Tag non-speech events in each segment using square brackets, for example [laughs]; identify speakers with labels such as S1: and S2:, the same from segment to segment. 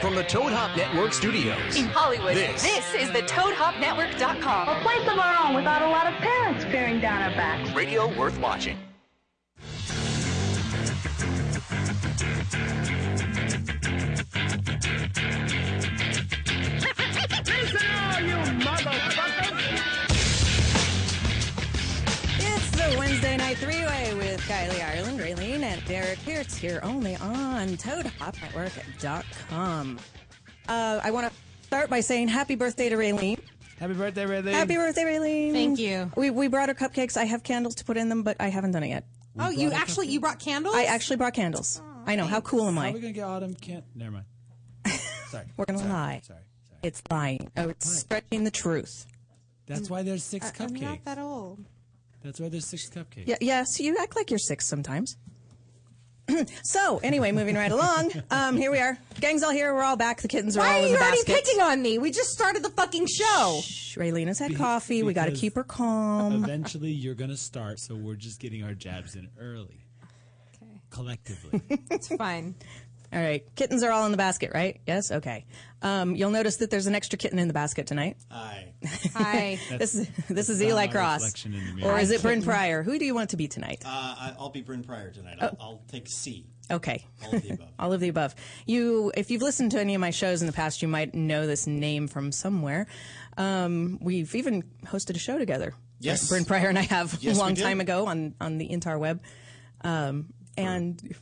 S1: From the Toad Hop Network studios.
S2: In Hollywood,
S1: This.
S2: is the ToadHopNetwork.com.
S3: a place of our own without a lot of parents peering down our backs.
S1: Radio worth watching.
S4: It's the Wednesday Night Three Way with Kylie Ireland, Raylene, and Derek Pierce here only on ToadHopNetwork.com. Uh, I want to start by saying happy birthday to Raylene.
S5: Happy birthday, Ridley.
S4: Happy birthday, Raylene.
S6: Thank you.
S4: We, we brought her cupcakes. I have candles to put in them, but I haven't done it yet.
S6: Oh, you actually you brought candles?
S4: I actually brought candles. I know. How cool am
S5: How are
S4: I?
S5: we gonna get autumn? Can't. Never mind. Sorry.
S4: [laughs] We're going to
S5: Sorry.
S4: lie.
S5: Sorry. Sorry.
S4: It's lying. Oh, it's stretching the truth.
S5: That's why there's six
S6: I'm
S5: cupcakes.
S6: not that old.
S5: That's why there's six cupcakes.
S4: Yeah, [laughs] yes, you act like you're six sometimes. [clears throat] so, anyway, moving right
S6: [laughs]
S4: along. Um, here we are. Gang's all here. We're all back. The kittens are
S6: Why
S4: all
S6: are
S4: in
S6: you
S4: the
S6: already
S4: basket.
S6: picking on me? We just started the fucking show.
S4: Shh, Raylena's had coffee. We got to
S5: because-
S4: keep her
S5: [laughs]
S4: calm.
S5: Eventually, you're gonna start, so we're just getting our jabs in early,
S6: Okay.
S4: [laughs]
S5: collectively.
S6: It's fine.
S4: All right. Kittens are all in the basket, right? Yes? Okay. Um, you'll notice that there's an extra kitten in the basket tonight.
S5: Aye.
S6: [laughs] Hi.
S4: [laughs] this is this is
S5: not
S4: Eli
S5: my
S4: Cross.
S5: reflection in the mirror.
S4: Or is it Bryn Pryor? Who do you want to be tonight?
S7: Uh, I- I'll be Bryn Pryor tonight.
S6: Oh.
S7: I'll, I'll take C.
S4: Okay.
S7: All of the
S6: [laughs]
S7: above.
S4: All of the above. You, if you've listened to any of my shows in the past, you might know this name from somewhere. Um, we've even hosted a show together.
S7: Yes.
S4: Bryn Pryor and I have a
S7: Yes, we
S4: long
S7: did.
S4: time ago on on the interweb. Um, and [laughs]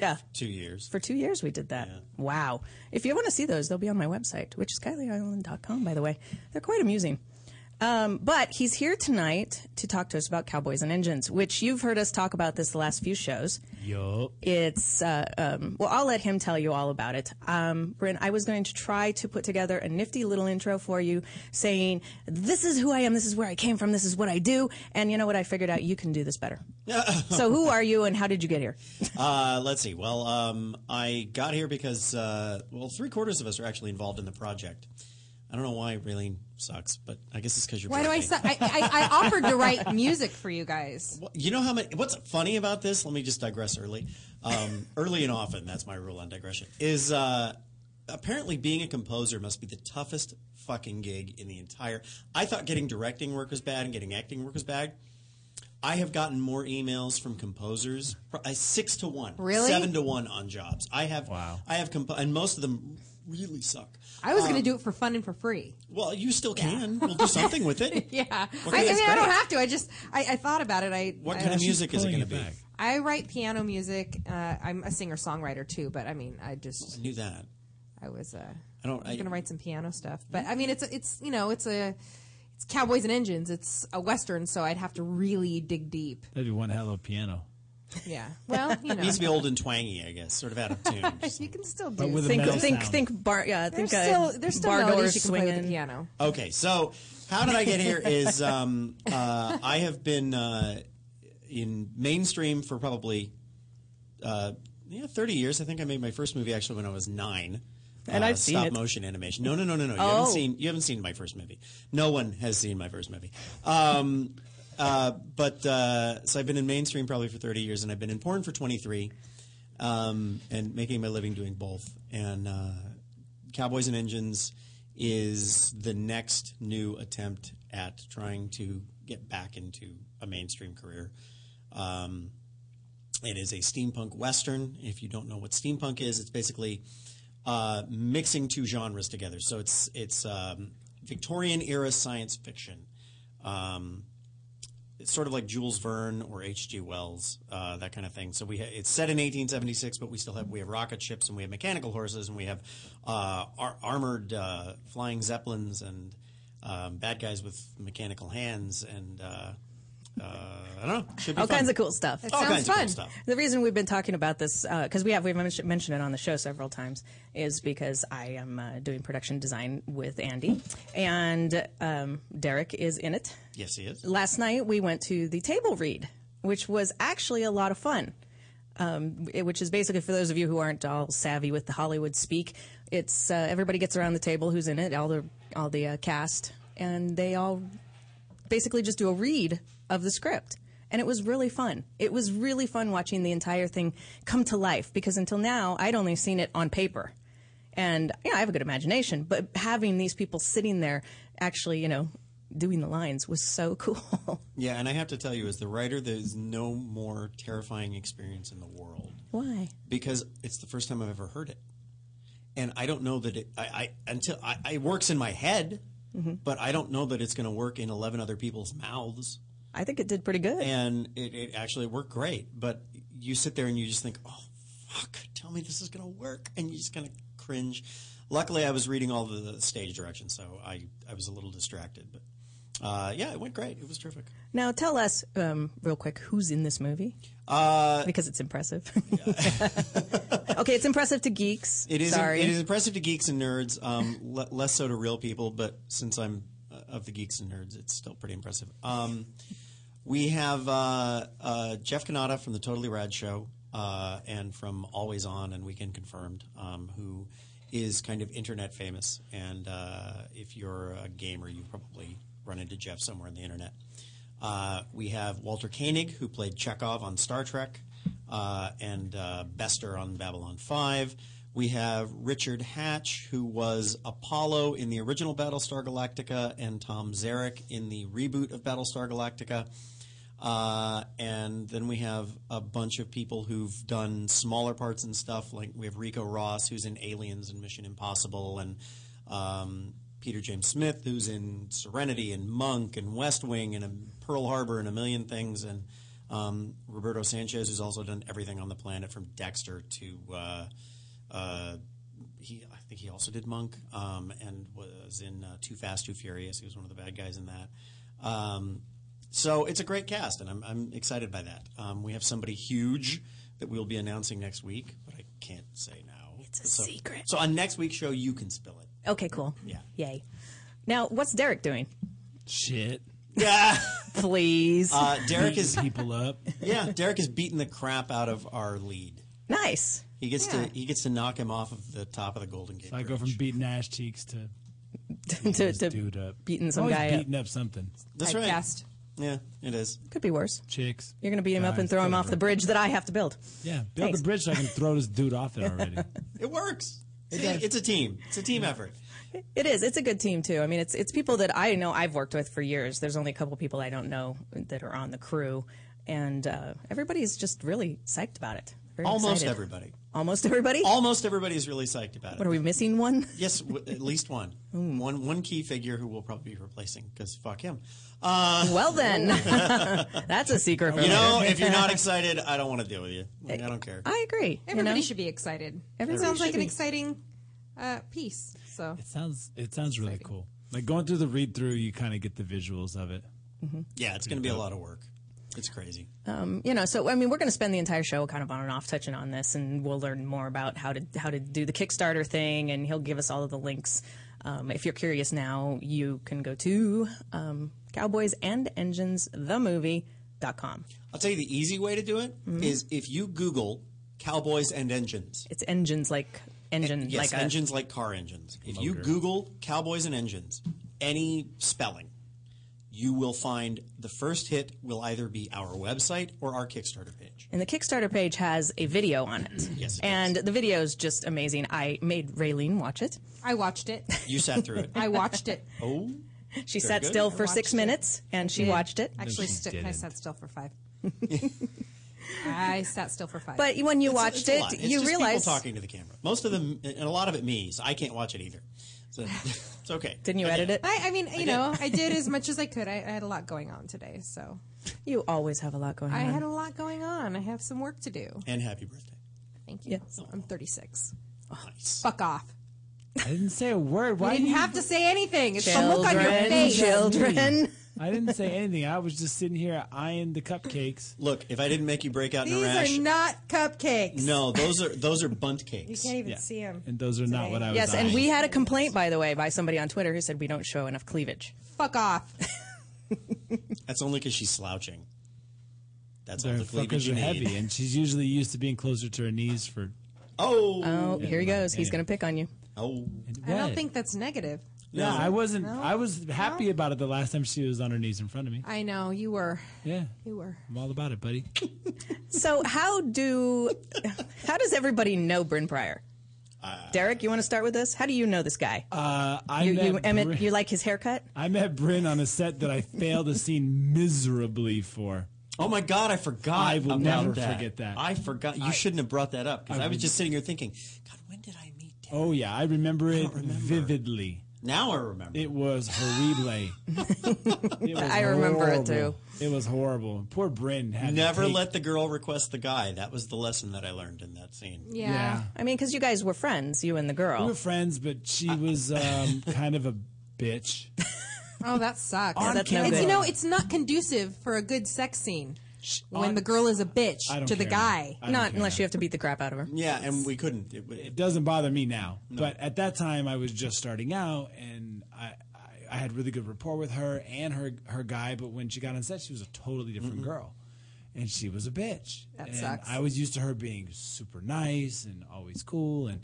S4: yeah,
S6: [laughs]
S7: Two years.
S4: for two years we did that. Wow. If you want to see those, they'll be on my website, which is kylieisland.com, by the way. They're quite amusing. Um, but he's here tonight to talk to us about Cowboys and Engines, which you've heard us talk about this the last few shows.
S5: Yo.
S4: It's uh, um, well, I'll let him tell you all about it. Um, Bryn, I was going to try to put together a nifty little intro for you, saying, "This is who I am. This is where I came from. This is what I do." And you know what? I figured out you can do this better. so, who are you, and how did you get here?
S7: Uh, let's see. Well, um, I got here because, uh, well, three quarters of us are actually involved in the project. I don't know why Raylene sucks, but I guess it's because you're.
S6: Why do I, su- I, I I offered to write music for you guys.
S7: You know how many? What's funny about this? Let me just digress early. Um, [laughs] early and often, that's my rule on digression. Is uh, apparently being a composer must be the toughest fucking gig in the entire. I thought getting directing work was bad and getting acting work was bad. I have gotten more emails from composers, pro- uh, six to one,
S6: Really?
S7: seven to one on jobs. I have,
S5: Wow.
S7: I have, compo- and most of them really suck.
S6: I was going to do it for fun and for free.
S7: Well, you still can. We'll do something with it.
S6: [laughs] Yeah.
S7: What
S6: I, I
S7: kind
S6: mean,
S7: of-
S6: I don't have to. I just I, I thought about it. I
S7: What
S6: I,
S7: kind of
S5: She's
S7: music is it
S5: pulling
S7: going to be?
S5: back.
S6: I write piano music. Uh, I'm a singer songwriter too, but I mean, I just
S7: I knew that.
S6: I was uh,
S7: I don't-
S6: I was
S7: I-
S6: gonna write some piano stuff, but I mean, it's a, it's you know, it's a it's cowboys and engines. It's a western, so I'd have to really dig deep.
S5: That'd be one hell of a piano.
S6: Yeah. Well, [laughs] you know,
S7: It needs to be old and twangy, I guess, sort of out
S4: [laughs]
S7: of tune. Just-
S6: you can still
S5: But
S6: do.
S5: with a
S4: Think,
S5: metal
S4: think,
S5: sound.
S4: think, bar. Yeah,
S6: there's
S4: think.
S6: still
S4: uh,
S6: there's still
S4: bar
S6: melodies
S4: doors
S6: you can play with the
S4: swinging.
S6: piano.
S7: Okay, so how did I get here? Is um, uh, I have been uh, in mainstream for probably uh, yeah thirty years. I think I made my first movie actually when I was nine.
S4: And
S7: uh,
S4: I've seen
S7: stop
S4: it.
S7: motion animation. No, no, no, no, no. You
S4: Oh.
S7: haven't seen. You haven't seen my first movie. No one has seen my first movie. Um, uh, but uh, so I've been in mainstream probably for thirty years, and I've been in porn for twenty three, um, and making my living doing both. And uh, Cowboys and Engines is the next new attempt at trying to get back into a mainstream career. Um, it is a steampunk western. If you don't know what steampunk is, it's basically uh, mixing two genres together. So it's it's um, Victorian era science fiction. Um, it's sort of like Jules Verne or H.G. Wells, uh, that kind of thing. So we ha- it's set in 1876, but we still have we have rocket ships and we have mechanical horses and we have uh, ar- armored uh, flying zeppelins and um, bad guys with mechanical hands and uh, uh, I don't know. Should be
S4: All
S7: fun.
S4: kinds of cool stuff.
S7: all
S6: Sounds
S7: kinds of
S6: fun.
S7: cool stuff.
S4: The reason we've been talking about this, because we have we've men- mentioned it on the show several times, is because I am uh, doing production design with Andy, and um, Derek is in it.
S7: Yes, he is.
S4: Last night we went to the table read, which was actually a lot of fun. Um, it- which is basically for those of you who aren't all savvy with the Hollywood speak, it's uh, everybody gets around the table who's in it, all the all the uh, cast, and they all basically just do a read of the script. And it was really fun. It was really fun watching the entire thing come to life because until now I'd only seen it on paper. And yeah, I have a good imagination, but having these people sitting there actually, you know, doing the lines was so [laughs] cool.
S7: Yeah, and I have to tell you, as the writer, there is no more terrifying experience in the world
S4: Why?
S7: because it's the first time I've ever heard it, and I don't know that it. I, I until I, I it works in my head, but I don't know that it's going to work in eleven other people's mouths.
S4: I think it did pretty good.
S7: And it, it actually worked great, but you sit there and you just think, oh fuck, tell me this is going to work, and you just kind of cringe. Luckily, I was reading all the stage directions, so I I was a little distracted, but. Uh, yeah, it went great. It was terrific.
S4: Now tell us um, real quick who's in this movie? Uh, because it's impressive. [laughs] okay, it's impressive to geeks.
S7: It is.
S4: Sorry.
S7: It is impressive to geeks and nerds. Um, le- less so to real people, but since I'm uh, of the geeks and nerds, it's still pretty impressive. Um, we have uh, uh, Jeff Canada from the Totally Rad Show uh, and from Always On and Weekend Confirmed, um, who is kind of internet famous. And uh, if you're a gamer, you probably run into Jeff somewhere on the internet. Uh, we have Walter Koenig, who played Chekhov on Star Trek, uh, and uh, Bester on Babylon 5. We have Richard Hatch, who was Apollo in the original Battlestar Galactica, and Tom Zarek in the reboot of Battlestar Galactica. Uh, and then we have a bunch of people who've done smaller parts and stuff. Like we have Rico Ross, who's in Aliens and Mission Impossible, and um, Peter James Smith, who's in Serenity and Monk and West Wing and um, Pearl Harbor and a million things, and um, Roberto Sanchez, who's also done everything on the planet from Dexter to. Uh, uh, he, I think he also did Monk, um, and was in uh, Too Fast, Too Furious. He was one of the bad guys in that. Um, so it's a great cast, and I'm, I'm excited by that. Um, we have somebody huge that we'll be announcing next week, but I can't say now. It's
S4: a secret.
S7: So on next week's show, you can spill it.
S4: okay, cool.
S7: Yeah.
S4: Yay. Now, what's Derek doing? [laughs]
S5: Shit.
S7: Yeah.
S4: Please.
S7: Uh, Derek
S5: Beating
S7: is
S4: [laughs]
S5: people up.
S7: yeah. Derek is beating the crap out of our lead.
S4: nice. [laughs]
S7: He gets
S6: Yeah.
S7: to he gets to knock him off of the top of the Golden Gate.
S5: So I go
S7: Bridge.
S5: from beating ass cheeks to
S4: to,
S5: this
S4: to
S5: dude up.
S4: beating some
S5: Always
S4: guy up.
S5: beating up something.
S7: That's right.
S6: Typecast.
S7: Yeah, it is.
S4: Could be worse.
S5: Chicks.
S4: You're going to beat him up
S5: guys,
S4: and throw him off the
S5: whatever.
S4: bridge that I have to build.
S5: Yeah, build
S4: Thanks.
S5: the bridge so I can throw this dude
S4: [laughs]
S5: off it already.
S7: It works. See, it's a team. It's a team effort.
S4: It is. It's a good team too. I mean, it's it's people that I know I've worked with for years. There's only a couple people I don't know that are on the crew, and uh, everybody's just really psyched about it. Very
S7: Almost
S4: excited.
S7: everybody.
S4: Almost everybody.
S7: Almost everybody is really psyched about it.
S4: what are we missing? One. [laughs]
S7: Yes, w- at least one. One one key figure who we'll probably be replacing because fuck him. Uh,
S4: Well then,
S7: [laughs]
S4: [laughs] that's a secret. For
S7: you
S4: later.
S7: know, if
S4: [laughs]
S7: you're not excited, I don't want to deal with you. Like, I don't care.
S4: I agree. you know?
S6: Everybody should be excited.
S4: Everybody
S6: it sounds like
S4: should
S6: an
S4: be.
S6: exciting uh, piece. So
S5: it sounds it sounds really cool. Like going through the read through, you kind of get the visuals of it.
S7: Yeah, it's going to be a lot of work. It's crazy.
S4: you know, so I mean, we're going to spend the entire show kind of on and off touching on this, and we'll learn more about how to how to do the Kickstarter thing, and he'll give us all of the links. Um, if you're curious now, you can go to um, Cowboys and Engines the movie. Dot com.
S7: I'll tell you the easy way to do it
S4: Mm-hmm.
S7: is if you Google cowboys and engines.
S4: It's engines like engine
S7: Yes,
S4: like
S7: engines like car engines. If you Google cowboys and engines, any spelling, you will find the first hit will either be our website or our Kickstarter page.
S4: A, and the Kickstarter page has a video on it.
S7: Yes, it does.
S4: and the video is just amazing. I made Raylene watch it.
S6: I watched it.
S7: You sat through it.
S6: I watched
S7: [laughs]
S6: it.
S7: oh,
S4: She sat
S7: good.
S4: still for
S6: watched
S4: six
S6: it.
S4: minutes, and she watched it.
S6: Actually,
S5: she
S6: st- I
S5: didn't.
S6: sat still for
S7: [laughs]
S6: five. I sat still for five.
S4: But when you
S7: It's-
S4: watched
S7: it's a lot.
S4: it,
S7: It's
S4: you
S7: just people
S4: realized
S7: talking to the camera. Most of them, and a lot of it me, so I can't watch it either. So [laughs] it's okay.
S4: didn't you
S7: I
S4: edit it?
S6: I, I mean, you know, I did [laughs] as much as I could. I, I had a lot going on today, so
S4: You always have a lot going
S6: I
S4: on.
S6: had a lot going on. I have some work to do.
S7: And happy birthday.
S6: Thank you. So I'm 36.
S7: Nice.
S6: Fuck off.
S5: I didn't say a word. Why
S6: I
S5: do
S6: didn't
S5: you-
S6: have to say anything. It's the look on your
S4: Children,
S6: face.
S4: children.
S5: I didn't say anything. I was just sitting here eyeing the cupcakes.
S7: Look, if I didn't make you break out in a
S6: These
S7: rash,
S6: are not cupcakes.
S7: no, those are those are bunt
S6: You
S7: cakes.
S6: can't even
S5: Yeah.
S6: see them.
S5: And those are not what I was.
S4: Yes, and [laughs]
S5: eyeing.
S4: we had a complaint, by the way, by somebody on Twitter who said we don't show enough cleavage.
S6: Fuck off.
S7: That's only because she's slouching. That's all
S5: Their
S7: the cleavage
S5: fuckers
S7: you
S5: are
S7: need.
S5: heavy, and she's usually used to being closer to her knees for.
S7: Oh,
S4: Oh, here he goes. He's going to pick on you.
S7: oh,
S6: I don't
S5: What?
S6: think that's negative.
S5: Yeah, I wasn't. I was happy about it the last time she was on her knees in front of me.
S6: I know you were.
S5: Yeah,
S6: You were.
S5: I'm all about it, buddy.
S4: [laughs] So how do how does everybody know Bryn Pryor? Derek, you want to start with this? How do you know this guy?
S5: Uh, I
S4: you,
S5: met
S4: you,
S5: Bri-
S4: Emmett, you like his haircut?
S5: I met Bryn on a set that I failed a scene miserably for.
S7: Oh my God, I forgot.
S5: I will
S7: about
S5: never
S7: that.
S5: forget that.
S7: I forgot. You shouldn't have brought that up because I, was just sitting here thinking, God, when did I meet Derek?
S5: Oh yeah, I remember it
S7: remember.
S5: vividly.
S7: Now I remember.
S5: It was horrible. It was
S4: I remember it,
S5: horrible. It was horrible. Poor Bryn had to
S7: Never
S5: take-
S7: let the girl request the guy. That was the lesson that I learned in that scene.
S6: Yeah.
S5: Yeah,
S4: I mean, because you guys were friends, you and the girl.
S5: we were friends, but she was um, kind of a bitch.
S6: Oh, that sucks.
S5: On
S4: that's no
S5: camera.
S4: good.
S6: it's, you know, it's not conducive for a good sex scene when
S5: on-
S6: the girl is a bitch
S5: I
S6: to
S5: don't
S6: the
S5: care.
S6: guy.
S5: I don't
S4: Not
S5: care.
S4: unless you have to beat the crap out of her.
S7: Yeah, and we couldn't. It,
S5: It doesn't bother me now, but at that time I was just starting out, and I, I I had really good rapport with her and her her guy. But when she got on set, she was a totally different girl, and she was a bitch.
S6: That
S5: and
S6: sucks.
S5: I was used to her being super nice and always cool, and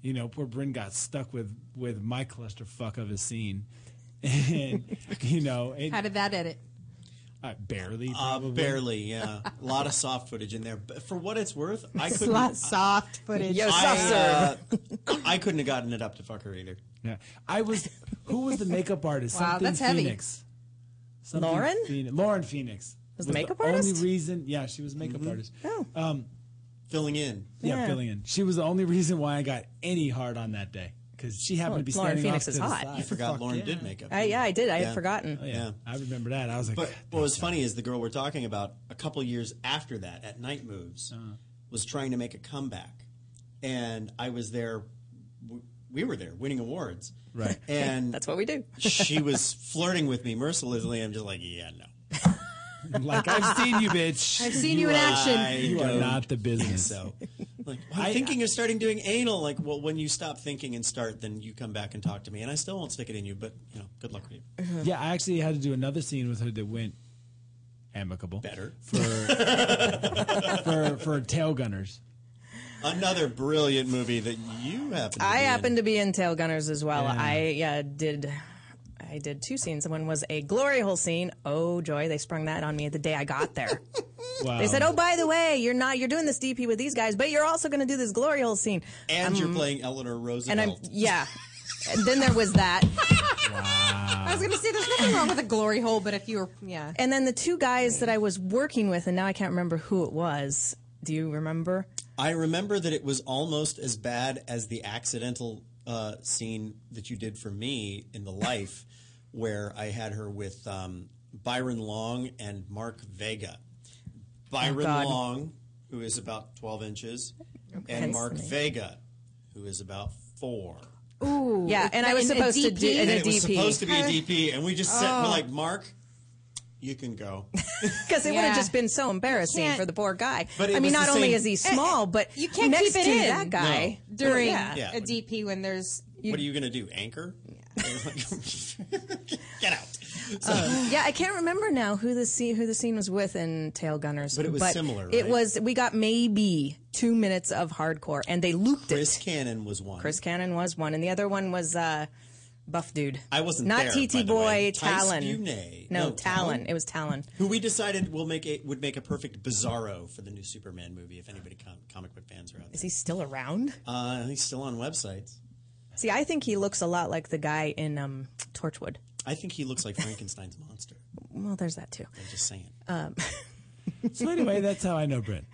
S5: you know, poor Bryn got stuck with with my clusterfuck of a scene, [laughs] and you know, it,
S6: How did that edit?
S5: uh, barely
S7: uh,
S5: probably.
S7: barely, yeah. a lot of soft footage in there. But for what it's worth, I couldn't.
S6: soft footage.
S4: Yo, soft
S7: I,
S4: serve.
S7: uh, I couldn't have gotten it up to fuck her either.
S5: Yeah. I was. Who was the makeup artist?
S6: Wow,
S5: Something
S6: that's heavy.
S5: Phoenix. Something
S4: Lauren?
S5: Phoenix. Lauren Phoenix
S4: Was the makeup artist?
S5: Only reason, yeah, she was a makeup artist.
S4: Oh.
S7: Filling in.
S5: Yeah,
S4: Yeah.
S5: filling in. She was the only reason why I got any hard on that day because she happened to be
S4: Lauren
S5: standing
S4: Phoenix
S5: off
S4: is
S5: to the
S4: hot.
S5: side.
S4: You
S7: Forgot
S5: Fuck
S7: Lauren
S5: yeah.
S7: did makeup.
S4: I, yeah, I did. I
S7: Yeah.
S4: had forgotten.
S5: Yeah,
S7: Yeah.
S5: I remember that. I was like,
S7: But
S5: "God
S7: what was funny is the girl we're talking about a couple years after that at Night Moves was trying to make a comeback, and I was there. w- We were there winning awards,
S5: Right.
S7: [laughs] And
S4: That's what we do.
S7: she was flirting with me mercilessly. I'm just like, yeah, no.
S5: damn." [laughs] like I've seen you,
S4: [laughs]
S5: bitch.
S6: I've seen you in action.
S7: I
S5: you are
S7: don't
S5: not the
S7: think
S5: business.
S7: So, like, well, I'm thinking of starting doing anal. Like, well, when you stop thinking and start, then you come back and talk to me, and I still won't stick it in you. But you know, good luck with
S4: [laughs]
S5: [laughs]
S7: you.
S5: Yeah, I actually had to do another scene with her that went amicable
S7: Better.
S5: [laughs] for for for tail gunners.
S7: Another brilliant movie that you happen. To
S4: I
S7: be
S4: happened to be in Tail Gunners as well. I yeah did. I did two scenes. One was a glory hole scene. Oh joy, they sprung that on me the day I got there.
S5: Wow.
S4: they said, "Oh, by the way, you're not you're doing this DP with these guys, but you're also going to do this glory hole scene."
S7: in. and you're playing Eleanor Roosevelt.
S4: um, And I'm yeah. And then there was that.
S6: I was going to say there's nothing wrong with a glory hole, but if you were, yeah.
S4: And then the two guys that I was working with, and now I can't remember who it was. Do you remember?
S7: I remember that it was almost as bad as the accidental uh, scene that you did for me in the life, where I had her with um, Byron Long and Mark Vega. Byron
S4: Oh, God.
S7: Long, who is about twelve inches, and
S4: Hence
S7: Mark
S4: the name.
S7: Vega, who is about four.
S4: yeah, and I was
S6: in a
S4: supposed to do
S6: DP?
S4: in
S7: And
S4: a
S7: it was supposed to
S4: DP
S7: be a DP, and we just sat
S4: Oh.
S7: we're like, Mark, you
S4: [laughs]
S7: can go.
S4: because it would
S6: Yeah.
S4: have just been so embarrassing
S6: can't-
S4: for the poor guy.
S7: But it
S4: I mean,
S7: was the
S4: not only
S7: same-
S4: is he small, but
S6: You can't
S4: next
S6: keep it
S4: to
S6: in.
S4: that guy.
S6: During
S4: Yeah.
S7: Yeah.
S6: a DP when there's
S7: what are you going to do? Anchor? [laughs]
S4: [laughs]
S7: Get out.
S4: Yeah, I can't remember now who the scene who the scene was with in Tail Gunners,
S7: But it was similar,
S4: It
S7: right?
S4: was we got maybe two minutes of hardcore, and they looped
S7: Chris
S4: it.
S7: Cannon was one.
S4: Chris Cannon was one, and the other one was uh, Buff Dude.
S7: I wasn't
S4: not
S7: there, by
S4: TT
S7: the way.
S4: Boy
S7: Tice
S4: Talon.
S7: Bune.
S4: No,
S7: No,
S4: Talon.
S7: Talon.
S4: It was Talon.
S7: who we decided will make a, would make a perfect Bizarro for the new Superman movie. If anybody com- comic book fans are out
S4: Is
S7: there,
S4: he still around?
S7: uh, he's still on websites.
S4: See, I think he looks a lot like the guy in um, Torchwood.
S7: I think he looks like Frankenstein's monster.
S4: Well, there's that too.
S7: I'm just saying.
S6: Uh,
S4: "Oh."
S5: So anyway, that's how I know Brent.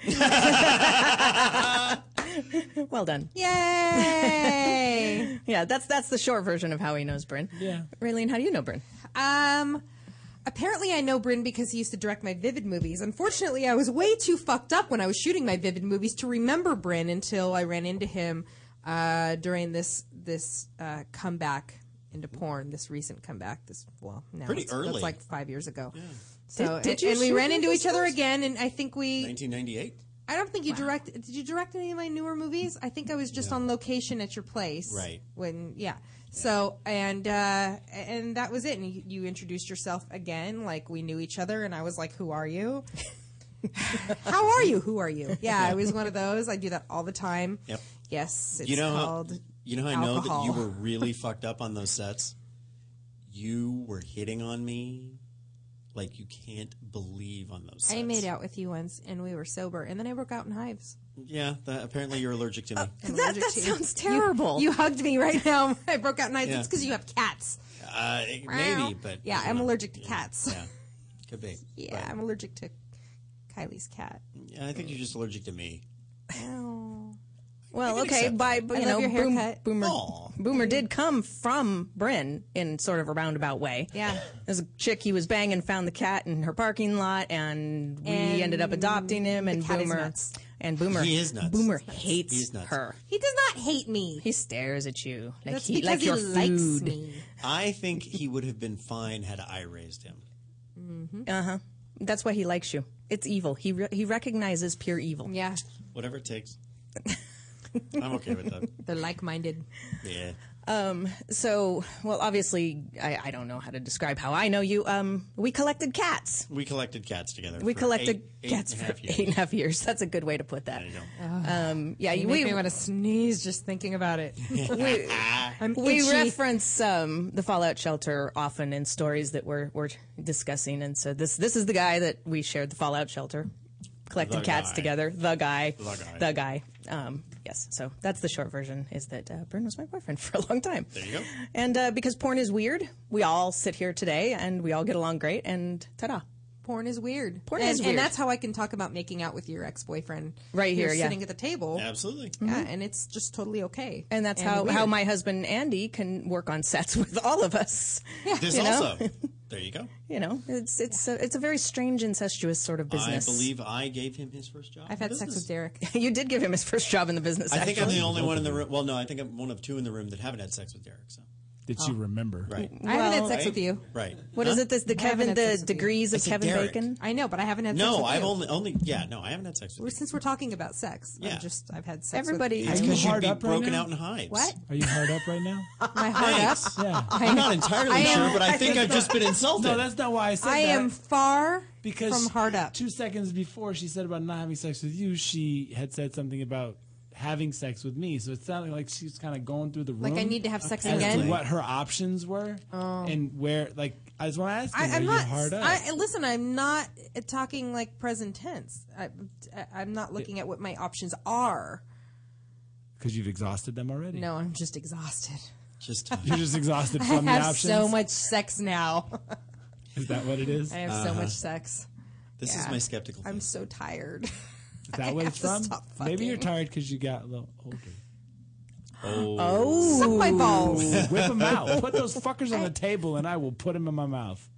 S4: Well done.
S5: [laughs]
S6: yay.
S4: Yeah, that's that's the short version of how he knows Bryn.
S5: Yeah.
S4: Raylene, how do you know Bryn?
S6: Um, apparently I know Bryn because he used to direct my Vivid movies. Unfortunately, I was way too fucked up when I was shooting my Vivid movies to remember Bryn until I ran into him uh, during this this uh, comeback into porn. This recent comeback. This well, now
S7: Pretty
S6: it's,
S7: early.
S6: That's like five years ago. So
S4: Did- did you
S6: and we
S4: shoot
S6: ran into
S4: Vivid
S6: each other
S4: first?
S6: again, and I think we.
S7: 1998.
S6: I don't think you directed. Did you direct any of my newer movies? I think I was just on location at your place.
S7: Right.
S6: When yeah. So and uh, and that was it. And you, you introduced yourself again, like we knew each other. And I was like, "Who are
S7: [laughs]
S6: you? How are you? Who are you?" Yeah, I was one
S7: [laughs]
S6: of those. I do that all the time.
S7: Yep.
S6: Yes, it's
S7: You know how,
S6: called.
S7: you know how I
S6: alcohol. [laughs]
S7: know that you were really fucked up on those sets. You were hitting on me like you can't believe on those. Sets.
S6: I made out with you once, and we were sober, and then I broke out in hives.
S7: Yeah, that, apparently you're allergic
S6: Oh,
S7: to me.
S4: That, that sounds terrible.
S6: You hugged me right now. [laughs] I broke out in hives.
S7: Oh. Yeah.
S6: It's because you have cats.
S7: Uh, it- maybe, but
S6: yeah,
S7: I don't
S6: I'm
S7: know.
S6: allergic to cats.
S7: Yeah, could be.
S6: [laughs] Yeah, I'm allergic to Kylie's cat.
S7: Yeah, I think you're just allergic to me.
S4: well, okay,
S7: accept
S4: by but,
S6: I
S4: you
S6: love
S4: know,
S6: your
S4: Boom-
S6: haircut.
S4: Boomer
S7: Aw.
S4: Boomer did come from Bryn in sort of a roundabout way.
S6: Yeah.
S4: There's a chick he was banging found the cat in her parking lot, and we ended up adopting him. And
S6: cat is
S4: Boomer
S6: nuts.
S4: and Boomer
S7: He is nuts.
S4: Boomer hates
S7: He's nuts.
S4: her.
S6: He does not hate me.
S4: He stares at you like
S6: That's
S4: he
S6: because
S4: like
S6: he
S4: your
S6: likes
S4: food.
S6: me.
S7: I think he would have been fine had I raised him.
S4: That's why he likes you. It's evil. He re- he recognizes pure evil.
S6: Yeah,
S7: Whatever it takes. I'm okay with that.
S6: they're like-minded.
S7: Yeah.
S4: So, well, obviously, I, I don't know how to describe how I know you. Um, we collected cats.
S7: We collected cats together.
S4: We
S7: for
S4: collected
S7: eight- eight
S4: cats
S7: and a
S4: for
S7: half years.
S4: eight and a half years. That's a good way to put that.
S7: There you go.
S4: Um, yeah,
S6: You
S4: we
S6: make me want to sneeze just thinking about it.
S4: [laughs] we,
S7: Ah,
S6: I'm
S4: we
S6: itchy.
S4: reference um, the fallout shelter often in stories that we're we're discussing, and so this this is the guy that we shared the fallout shelter, collected
S7: The
S4: cats
S7: guy.
S4: together. The guy,
S7: The guy.
S4: the guy. Um, yes, so that's the short version. Is that uh, Byrne was my boyfriend [laughs] for a long time.
S7: There you go.
S4: And uh, because porn is weird, we all sit here today and we all get along great, and ta-da.
S6: Porn is weird.
S4: Porn
S6: and,
S4: is weird.
S6: and that's how I can talk about making out with your ex-boyfriend
S4: Right
S6: You're
S4: here, yeah.
S6: sitting at the table.
S7: Absolutely.
S6: Yeah, and it's just totally okay.
S4: And that's how, how
S6: weird.
S4: my husband Andy can work on sets [laughs] with all of us.
S7: This
S4: You know?
S7: also. There you go.
S4: You know, it's it's a, it's a very strange incestuous sort of business.
S7: I believe I gave him his first job.
S6: I've had sex with Derek.
S4: [laughs] you did give him his first job in the business.
S7: I think I'm
S4: actually.
S7: the only one in the room. Well, no, I think I'm one of two in the room that haven't had sex with Derek. So.
S5: That you remember.
S7: Right.
S6: I haven't had
S4: Well-
S6: sex with you.
S7: Right.
S4: What is it? This the
S6: I haven't
S4: Kevin
S6: had
S4: the
S6: sex with you.
S4: degrees
S7: I
S4: of
S7: said
S4: Kevin
S7: Derek.
S4: Bacon?
S6: I know, but I haven't had sex
S7: No,
S6: with
S7: I've
S6: you.
S7: only only yeah. No, I haven't had sex with.
S6: Well,
S7: you.
S6: Since we're talking about sex,
S7: Yeah.
S6: I'm just I've had sex.
S4: Everybody,
S7: It's
S5: Are you
S7: because you'd
S5: hard
S7: be
S5: up right
S7: broken
S5: now?
S7: out in hives.
S6: What?
S5: Are you hard up right
S6: [laughs]
S5: now?
S6: with, my heart
S7: Thanks.
S6: up.
S5: Yeah.
S7: I'm not entirely
S6: am-
S7: sure, but I think I've
S6: [laughs]
S7: just been insulted.
S5: No, that's not why I said
S6: I
S5: that.
S6: am far
S5: because
S6: from hard up.
S5: Two seconds before she said about not having sex with you, she had said something about having sex with me. So it sounded like she's kind of going through the room.
S6: Like I need to have sex
S5: as to
S6: again. Oh.
S5: what her options were and where. Like I just want to ask,
S6: I,
S5: you,
S6: I'm
S5: are
S6: not.
S5: you hard up?
S6: I, listen, I'm not uh, talking like present tense. I, I- I'm not looking at what my options are.
S5: Because you've exhausted them already.
S6: No, I'm just exhausted. [laughs]
S7: just
S5: You're just exhausted
S6: I
S5: from the
S6: have
S5: options.
S6: so much sex now.
S5: Is that what it is?
S6: I
S5: Is
S6: have so much sex.
S7: this is
S6: Yeah.
S7: my skeptical.
S6: I'm
S7: thing.
S6: so tired.
S5: that what
S6: I
S5: it's
S6: have
S5: from?
S6: to stop
S5: Maybe
S6: fucking.
S5: you're tired because you got a little older.
S6: [laughs] Suck my balls.
S5: Whip them out. Put those fuckers on the table, and I will put them in my mouth.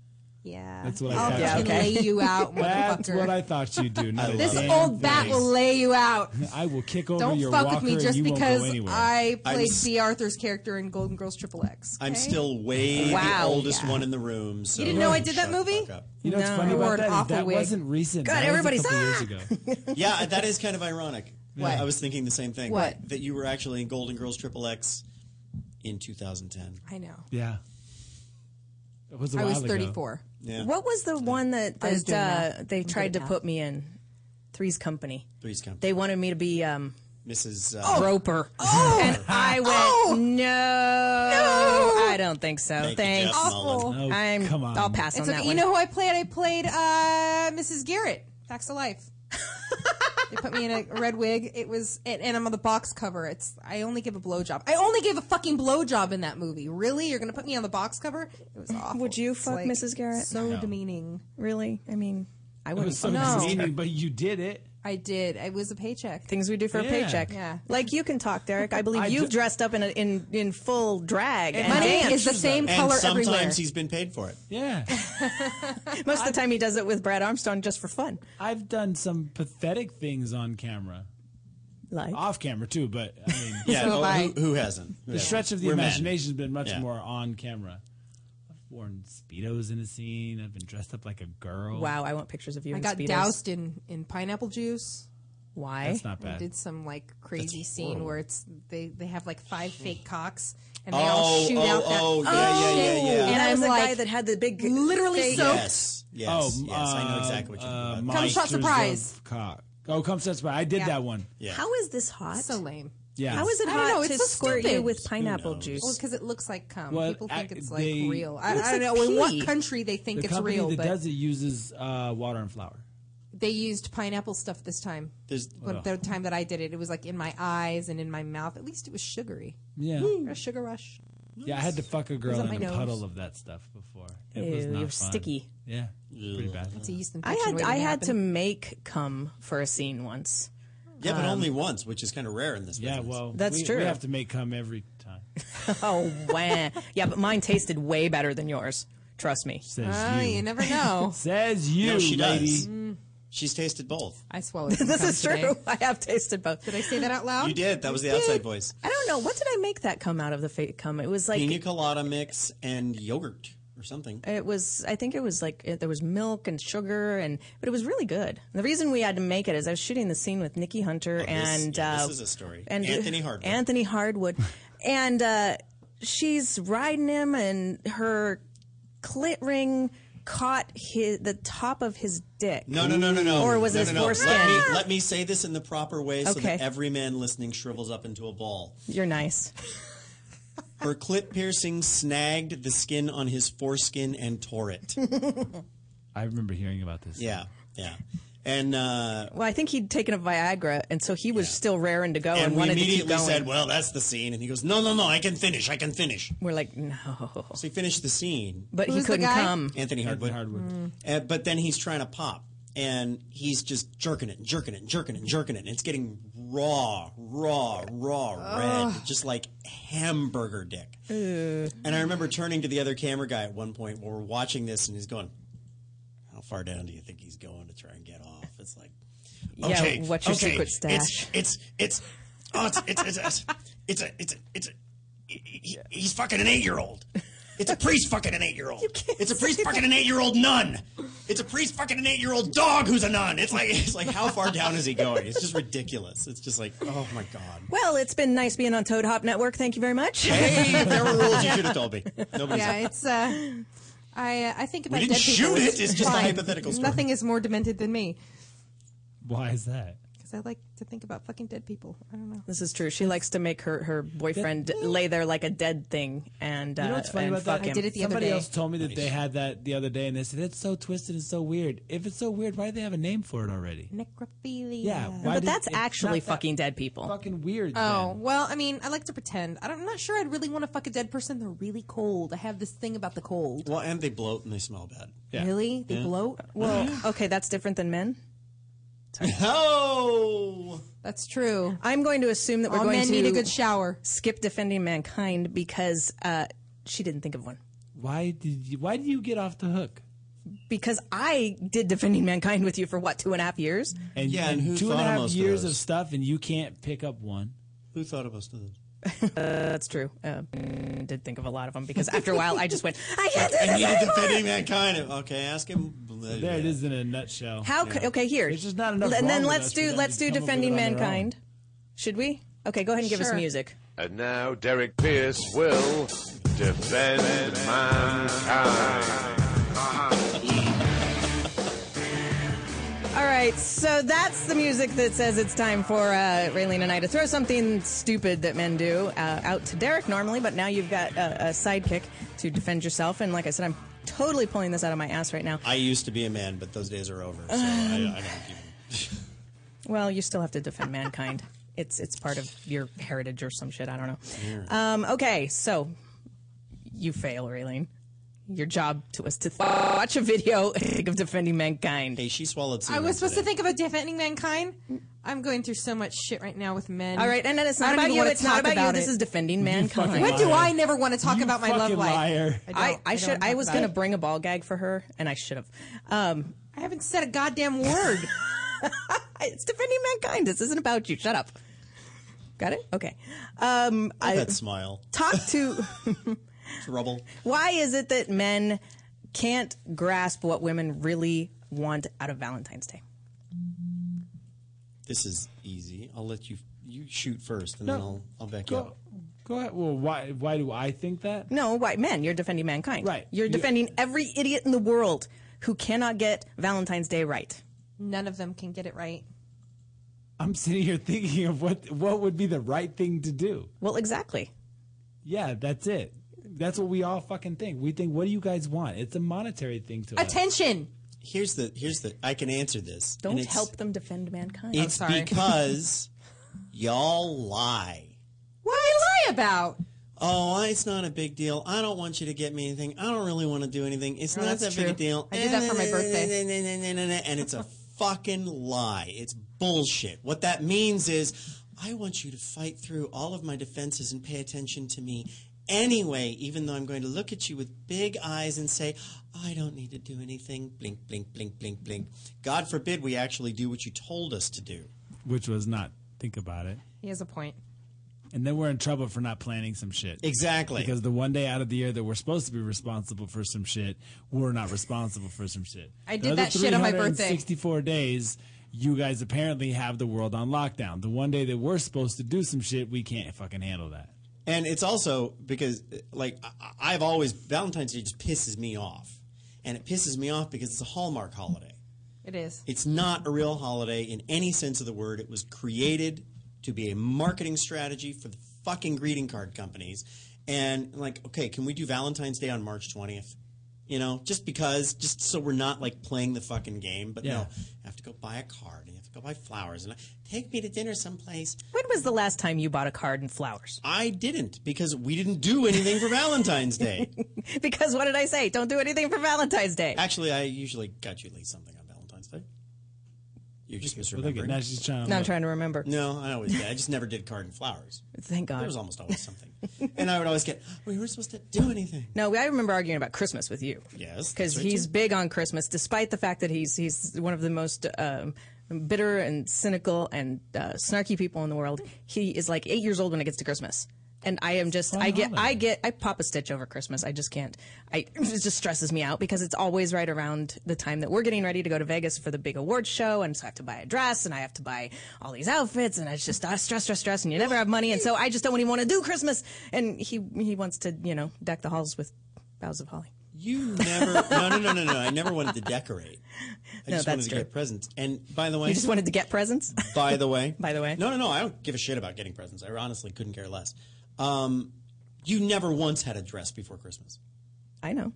S6: Yeah.
S5: That's what I
S6: I'll
S5: thought.
S4: Yeah,
S6: fucking
S4: okay.
S6: lay you out,
S5: [laughs] That's
S6: motherfucker.
S5: what I thought you'd do. Not a
S7: This
S5: damn
S6: this old bat
S5: thing.
S6: will lay you out.
S5: I will kick over
S6: Don't
S5: your
S6: fuck
S5: walker
S6: with me
S5: and
S6: just
S5: you
S6: because
S5: won't go anywhere.
S6: I
S7: I'm
S6: played
S7: s-
S6: B. Arthur's character in Golden Girls Triple X.
S7: I'm
S6: okay?
S7: still way
S4: Wow.
S7: the oldest one in the room. So
S6: didn't know I did that
S7: Shut the
S6: movie?
S7: fuck up.
S5: you know what's
S4: No.
S5: funny
S4: You
S6: wore an
S5: about that is
S6: awful
S5: that
S6: wig.
S5: wasn't recent.
S4: God,
S5: that
S4: everybody's-
S5: was a couple
S4: Ah!
S5: years ago.
S7: Yeah, that is kind of ironic.
S6: [laughs]
S5: What?
S7: I was thinking the same thing.
S6: What?
S7: That you were actually in Golden Girls Triple X in 2010.
S6: I know.
S5: Yeah. It was a
S6: I
S5: while
S6: was
S5: ago.
S6: 34.
S7: Yeah.
S4: What was the one that,
S6: I was
S4: that
S6: doing
S4: uh,
S6: math.
S4: they
S6: I'm good
S4: tried
S6: at
S4: to
S6: math.
S4: put me in? Three's Company.
S7: Three's Company.
S4: They wanted me to be um,
S7: Mrs. Uh,
S6: Oh,
S4: Roper, and I went, no, I don't think so.
S7: Thank you,
S4: Thanks.
S7: Jeff Mullen.
S6: Awful.
S5: Oh,
S4: I'm.
S5: come on.
S4: I'll pass
S6: It's
S4: on
S6: okay.
S4: that
S6: You
S4: one.
S6: know who I played? I played uh, Mrs. Garrett, Facts of Life. [laughs] they put me in a red wig. It was, and, and I'm on the box cover. It's. I only give a blowjob. I only gave a fucking blowjob in that movie. Really? You're gonna put me on the box cover? It was awful.
S4: Would you
S6: It's
S4: fuck
S6: like
S4: Mrs. Garrett?
S6: So demeaning.
S4: really? I mean, I
S5: It
S4: wouldn't.
S5: was so
S6: No.
S5: demeaning, but you did it.
S6: I did. It was a paycheck.
S4: things we do for a
S5: Yeah.
S4: paycheck.
S6: Yeah.
S4: Like you can talk, Derek. I believe
S5: I
S4: you've
S5: d-
S4: dressed up in a, in in full drag and
S6: Money
S4: dance.
S6: is the same
S7: and
S6: color
S7: sometimes
S6: everywhere.
S7: he's been paid for it.
S5: Yeah.
S4: Most of the time, he does it with Brad Armstrong just for fun.
S5: I've done some pathetic things on camera.
S4: Like
S5: Off camera, too, but I mean,
S7: Yeah,
S6: So
S7: oh,
S6: have
S7: who, who hasn't?
S5: the stretch of the
S7: We're men.
S5: imagination has been much
S7: Yeah.
S5: more on camera. I've worn Speedos in a scene. I've been dressed up like a girl.
S4: wow, I want pictures of you.
S6: I
S4: in
S6: got
S4: Speedos.
S6: doused in in pineapple juice.
S4: Why?
S5: That's not
S6: I
S5: bad.
S6: did some like crazy
S7: That's
S6: scene
S7: horrible.
S6: where it's they they have like five fake cocks and they all
S7: Oh,
S6: shoot
S7: oh,
S6: out that.
S7: oh, yeah, yeah, yeah, yeah.
S4: and
S6: I'm
S4: I'm the guy
S6: like,
S4: that had the big
S6: literally
S4: fake-
S6: so-
S7: Yes. Yes.
S5: Oh,
S7: yes. I know
S5: uh,
S7: exactly what you're talking about.
S6: Come Shot
S5: Monsters
S6: Surprise.
S5: of Cock. Oh, come shot surprise. I did
S6: Yeah.
S5: that one.
S7: yeah.
S4: How is this hot?
S6: so lame.
S5: Yeah.
S4: How is it
S6: I don't
S4: hot
S6: know,
S4: to
S6: it's so
S4: squirt you
S6: stupid.
S4: with pineapple
S7: knows?
S4: juice?
S6: Well, because it looks like cum.
S5: Well,
S6: People think
S5: I-
S6: it's like
S5: they-
S6: real. I,
S4: Looks
S6: I don't
S4: like
S6: know in
S4: pee.
S6: what country they think
S5: the
S6: it's
S5: company
S6: real,
S5: that
S6: but
S5: does it uses uh, water and flour.
S6: They used pineapple stuff this time.
S7: There's-
S5: Oh.
S6: When- the time that I did it, it was like in my eyes and in my mouth. At least it was sugary.
S5: Yeah.
S6: A sugar rush.
S5: Yeah, I had to fuck a girl
S6: on
S5: in
S6: my
S5: a
S6: nose.
S5: puddle of that stuff before. It was
S4: Ew,
S5: not
S4: you're
S5: fun.
S4: sticky.
S5: Yeah, pretty bad.
S6: It's a yeast
S4: I
S6: infection.
S4: had
S6: waiting
S4: I had
S6: happen.
S4: to make cum for a scene once.
S7: Yeah, but only once, which is kind of rare in this.
S5: Yeah,
S7: business.
S5: well,
S4: That's
S5: we,
S4: true.
S5: We have to make cum every [laughs] time.
S4: [laughs] Oh, wah. yeah, but mine tasted way better than yours. Trust me.
S5: Says
S6: Oh,
S5: you.
S6: you never
S5: [laughs]
S6: know.
S5: Says you,
S7: No, she
S5: lady.
S7: does.
S4: Mm.
S7: She's tasted both.
S6: I
S4: [laughs]
S6: swallowed. some
S4: This
S6: cum
S4: is true.
S6: today.
S4: I have tasted both.
S6: Did I say that out loud?
S7: You did. That was the
S4: did.
S7: outside voice.
S4: I don't know what did I make that cum out of the fake cum. It Uh, was like
S7: Pina colada mix and yogurt or something.
S4: it was i think it was like it, there was milk and sugar and but it was really good the reason we had to make it is i was shooting the scene with nikki hunter and uh,
S7: yeah, Oh, this is a story. Anthony Hardwood.
S4: anthony
S7: [laughs]
S4: hardwood and uh, she's riding him and her clit ring caught his, the top of his dick
S7: No, no, no, no, no.
S4: Or was it his
S7: no, no, no. Let
S4: foreskin?
S7: me, let me say this in the proper way so
S4: Okay.
S7: that every man listening shrivels up into a ball.
S4: you're nice
S7: Her clit piercing snagged the skin on his foreskin and
S4: [laughs]
S7: tore it.
S5: I remember hearing about this.
S7: yeah, yeah. And uh,
S4: well i think he'd taken a viagra and so he was still raring to go and,
S7: and we
S4: wanted to keep
S7: immediately
S4: going
S7: said, "Well, that's the scene." And he goes, "No, no, no. I can finish. I can finish."
S4: we're like no
S7: So he finished the scene.
S4: but he
S6: Who's the
S4: couldn't
S6: guy?
S4: come
S7: Anthony
S5: Anthony
S7: Hardwood.
S5: Hardwood.
S7: Uh, but then he's trying to pop, and he's just jerking it, and jerking it, and jerking it, and jerking it, and it's getting raw, raw, raw red, just like hamburger dick. And I remember turning to the other camera guy at one point while we're watching this, and he's going, "How far down do you think he's going to try and get off?" It's like,
S4: Yeah,
S7: okay,
S4: what's your
S7: okay,
S4: secret stash?
S7: It's it's it's oh, it's it's it's it's it's a, it's a, it's a, he- he- he's fucking an eight year old. It's a priest fucking an eight year old. It's a priest fucking an eight year old nun. It's a priest fucking an eight year old dog who's a nun. It's like it's like how far down is he going? It's just ridiculous. It's just like oh my god.
S4: well it's been nice being on toad hop network thank you very much
S7: Hey, if there were rules, you should have told me. Nobody's
S6: yeah, it's. Uh, I uh, I think about
S7: didn't
S6: dead people,
S7: shoot it.
S6: it's
S7: It's just a
S6: fine.
S7: hypothetical story.
S6: Nothing is more demented than me
S5: Why is that?
S6: because I like to think about fucking dead people. I don't know.
S4: This is true. She likes to make her, her boyfriend lay there like a dead thing and, uh,
S5: You know what's funny
S4: and
S5: about
S4: fuck
S5: that?
S4: him.
S6: I did it the other
S5: Somebody
S6: day.
S5: else told me that they had that the other day, and they said it's so twisted and so weird. If it's so weird, why do they have a name for it already?
S6: Necrophilia.
S5: Yeah, why
S4: but
S5: did-
S4: that's
S5: it's
S4: actually
S5: not that
S4: fucking dead people. [gasps]
S5: Fucking weird.
S6: Oh
S5: then.
S6: well, I mean, I like to pretend. I don't, I'm not sure I'd really want to fuck a dead person. They're really cold. I have this thing about the cold.
S7: Well, and they bloat and they smell bad.
S5: Yeah.
S6: Really, they bloat.
S4: well, okay, that's different than men.
S7: [laughs] Oh,
S6: That's true.
S4: I'm going to assume that we're
S6: All
S4: going
S6: men
S4: to
S6: need a good shower.
S4: skip defending mankind because uh, she didn't think of one.
S5: Why did you, why do you get off the hook?
S4: Because I did defending mankind with you for what two and a half years.
S5: And,
S7: Yeah, and who
S5: two and a
S7: thought of
S5: half
S7: most of
S5: years
S7: those?
S5: of stuff, and you can't pick up one.
S7: who thought of us? to this?
S4: That's true. Uh, I did think of a lot of them because after a while I just went, "Uh, I can't do
S7: And
S4: this
S7: you
S4: anymore.
S7: defending mankind. Okay, ask him.
S5: There it is in a nutshell.
S4: How could okay here?
S5: There's just not enough
S4: And then
S5: wrong with
S4: let's
S5: us for
S4: do
S5: them to
S4: let's do
S5: come up with it
S4: defending
S5: on their own.
S4: mankind. Should we? Okay, go ahead and give us
S6: Sure.
S4: music.
S8: And now Derek Pierce will defend mankind.
S4: All right, so that's the music that says it's time for uh, Raylene and I to throw something stupid that men do uh, out to Derek normally, but now you've got a, a sidekick to defend yourself. And like I said, I'm totally pulling this out of my ass right now.
S7: I used to be a man, but those days are over. So I, I don't
S6: [sighs]
S7: even.
S4: Well, you still have to defend mankind. It's it's part of your heritage or some shit. I don't know. Um, okay, so you fail, Raylene. Your job to was to watch a video [laughs] and think of defending mankind.
S7: Hey, she swallowed.
S6: I was supposed to
S7: think.
S6: think about defending mankind. I'm going through so much shit right now with men.
S4: All right, and then it's
S6: I
S4: not
S6: don't
S4: about
S6: even
S4: you.
S6: wanna
S4: It's not
S6: talk
S4: about, you.
S6: about
S4: This
S6: it.
S4: is defending mankind.
S6: When do I never want to talk about my love
S5: fucking
S6: life?
S5: liar.
S6: I, don't.
S4: I, I
S6: don't
S4: should.
S6: wanna
S4: I
S6: talk
S4: was
S6: about
S4: going to
S6: it.
S4: bring a ball gag for her, and I should have. Um,
S6: I haven't said a goddamn
S4: [laughs]
S6: word.
S4: it's defending mankind. This isn't about you. Shut up. Got it? Okay. Um, I
S7: that smile.
S4: [laughs] talk to.
S7: It's rubble.
S4: Why is it that men can't grasp what women really want out of Valentine's Day?
S7: This is easy. I'll let you you shoot first, and then I'll I'll back you
S5: Go,
S7: up.
S5: go ahead. Well, why why do I think that?
S4: No, white men. You're defending mankind.
S5: Right.
S4: You're
S5: You-
S4: defending every idiot in the world who cannot get Valentine's Day right.
S6: None of them can get it right.
S5: I'm sitting here thinking of what what would be the right thing to do.
S4: Well, exactly.
S5: Yeah, that's it. That's what we all fucking think. We think, what do you guys want? It's a monetary thing to us.
S6: Attention.
S7: here's the here's the I can answer this. and
S4: Don't
S7: it's-
S4: help them defend mankind.
S7: It's
S6: Oh, sorry.
S7: because y'all lie.
S6: What do you lie about?
S7: Oh, it's not a big deal. I don't want you to get me anything. I don't really want to do anything. It's not
S6: Oh, that's
S7: that big a
S6: true.
S7: deal.
S6: I did that for my birthday.
S7: And it's a fucking lie. It's bullshit. What that means is I want you to fight through all of my defenses and pay attention to me anyway, even though I'm going to look at you with big eyes and say, I don't need to do anything. Blink, blink, blink, blink, blink. God forbid we actually do what you told us to do.
S5: which was not think about it.
S6: He has a point.
S5: And then we're in trouble for not planning some shit.
S7: Exactly.
S5: Because the one day out of the year that we're supposed to be responsible for some shit, we're not responsible for some shit.
S6: I
S5: The
S6: did
S5: other
S6: that shit on my birthday.
S5: 364 days, you guys apparently have the world on lockdown. The one day that we're supposed to do some shit, we can't fucking handle that.
S7: And it's also because, uh, like, I- I've always Valentine's Day just pisses me off, and it pisses me off because it's a Hallmark holiday.
S6: It is.
S7: It's not a real holiday in any sense of the word. It was created to be a marketing strategy for the fucking greeting card companies. And like, okay, can we do Valentine's Day on March twentieth? You know, just because, just so we're not like playing the fucking game. But no,
S5: Yeah.
S7: you have to go buy a card, and you have to go buy flowers, and I- take me to dinner someplace.
S4: when was the last time you bought a card and flowers?
S7: I didn't because we didn't do anything for Valentine's Day.
S4: [laughs] Because what did I say? Don't do anything for Valentine's Day.
S7: Actually, I usually got you at least something on Valentine's Day. You're just
S5: But look at-
S7: misremembering.
S5: now she's trying to.
S4: Now I'm
S5: look.
S4: trying to remember.
S7: no, I always did. I just never did card and flowers.
S4: Thank
S7: There
S4: God.
S7: was almost always something. and I would always get, we weren't supposed to do anything.
S4: No, I remember arguing about Christmas with you.
S7: Yes,
S4: because
S7: that's right,
S4: he's
S7: too.
S4: big on Christmas, despite the fact that he's he's one of the most um, bitter and cynical and uh, snarky people in the world. He is like eight years old when it gets to Christmas, and I am just I get I get I pop a stitch over Christmas. I just can't. I it just stresses me out because it's always right around the time that we're getting ready to go to Vegas for the big award show, and so I have to buy a dress and I have to buy all these outfits, and it's just uh, stress, stress, stress, and you never have money, and so I just don't even want to do Christmas. And he he wants to you know deck the halls with boughs of holly.
S7: You never, no, no, no, no, no. I never wanted to decorate. I just wanted
S4: that's
S7: to
S4: true.
S7: get presents. And by the way,
S4: You just wanted to [laughs] get presents?
S7: by the way,
S4: By the way.
S7: no, no, no. I don't give a shit about getting presents. I honestly couldn't care less. Um, you never once had a dress before Christmas.
S4: I know.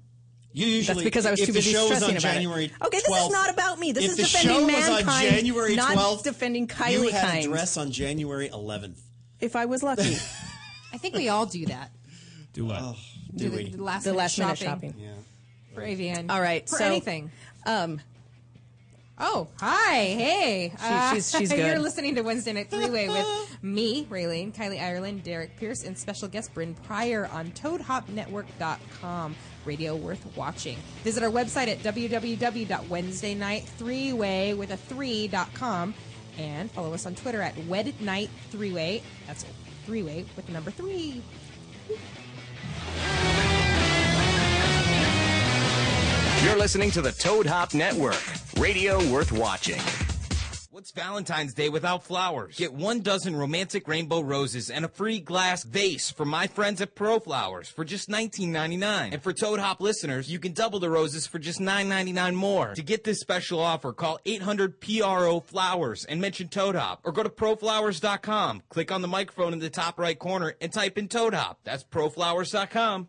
S7: You usually
S4: That's because I was
S7: if
S4: too
S7: the
S4: busy
S7: show was
S4: stressing
S7: on
S4: about
S7: January
S4: it. Okay, this
S7: 12th
S4: is not about me. This
S7: if
S4: is
S7: the show
S4: defending
S7: was
S4: mankind,
S7: on January
S4: not
S7: 12th,
S4: defending Kylie
S7: You had
S4: kind.
S7: a dress on January 11th.
S4: If I was lucky,
S6: I think we all do that.
S5: Do what?
S7: Do
S6: the,
S7: we?
S6: the last
S5: [laughs]
S4: the
S6: minute
S4: last
S6: shopping
S4: minute shopping.
S6: for AVN.
S4: All right,
S6: for
S4: so-
S6: anything.
S4: Um,
S6: Oh, hi, hey. Uh,
S4: she's-
S6: [laughs]
S4: she's
S6: You're
S4: good.
S6: listening to Wednesday Night Three Way with me, Raylene, Kylie Ireland, Derek Pierce, and special guest Bryn Pryor on ToadHopNetwork.com. Radio worth watching. Visit our website at www.wednesdaynight3way with a three dot com, and follow us on Twitter at Wed Night Three Way. That's three way with the number three.
S1: You're listening to the Toad Hop Network. Radio worth watching.
S9: What's Valentine's Day without flowers? Get one dozen
S4: [laughs]
S9: romantic rainbow roses and a free glass vase from my friends at ProFlowers for just $19.99. And for Toad Hop listeners, you can double the roses for just $9.99 more. To get this special offer, call 800 PRO Flowers and mention Toad Hop or go to proflowers.com. Click on the microphone in the top right corner and type in Toad Hop. That's proflowers.com.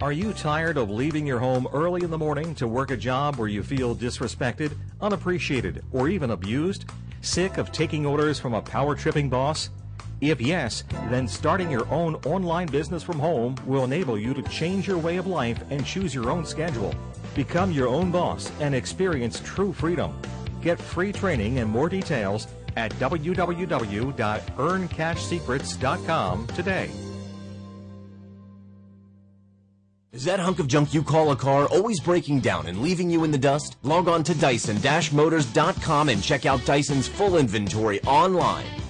S10: Are you tired of leaving your home early in the morning to work a job where you feel disrespected, unappreciated, or even abused? Sick of taking orders from a power tripping boss? If yes, then starting your own online business from home will enable you to change your way of life and choose your own schedule. Become your own boss and experience true freedom. Get free training and more details at www.earncashsecrets.com today.
S1: Is that hunk of junk you call a car always breaking down and leaving you in the dust? Log on to Dyson-Motors.com and check out Dyson's full inventory online.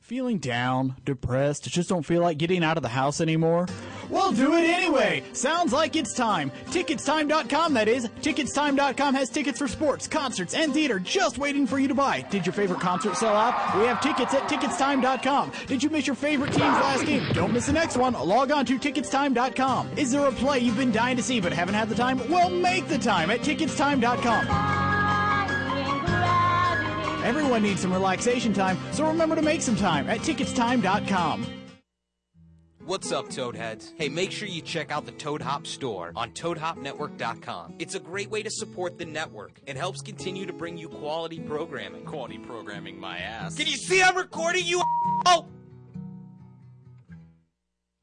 S11: Feeling down, depressed, just don't feel like getting out of the house anymore? Well, do it anyway! Sounds like it's time. Ticketstime.com, that is. Ticketstime.com has tickets for sports, concerts, and theater just waiting for you to buy. Did your favorite concert sell out? We have tickets at Ticketstime.com. Did you miss your favorite team's last game? Don't miss the next one. Log on to Ticketstime.com. Is there a play you've been dying to see but haven't had the time? Well, make the time at Ticketstime.com. Everyone needs some relaxation time, so remember to make some time at ticketstime.com.
S9: What's up, Toadheads? Hey, make sure you check out the Toad Hop store on ToadHopNetwork.com. It's a great way to support the network and helps continue to bring you quality programming. Quality programming, my ass. Can you see I'm recording you? Oh!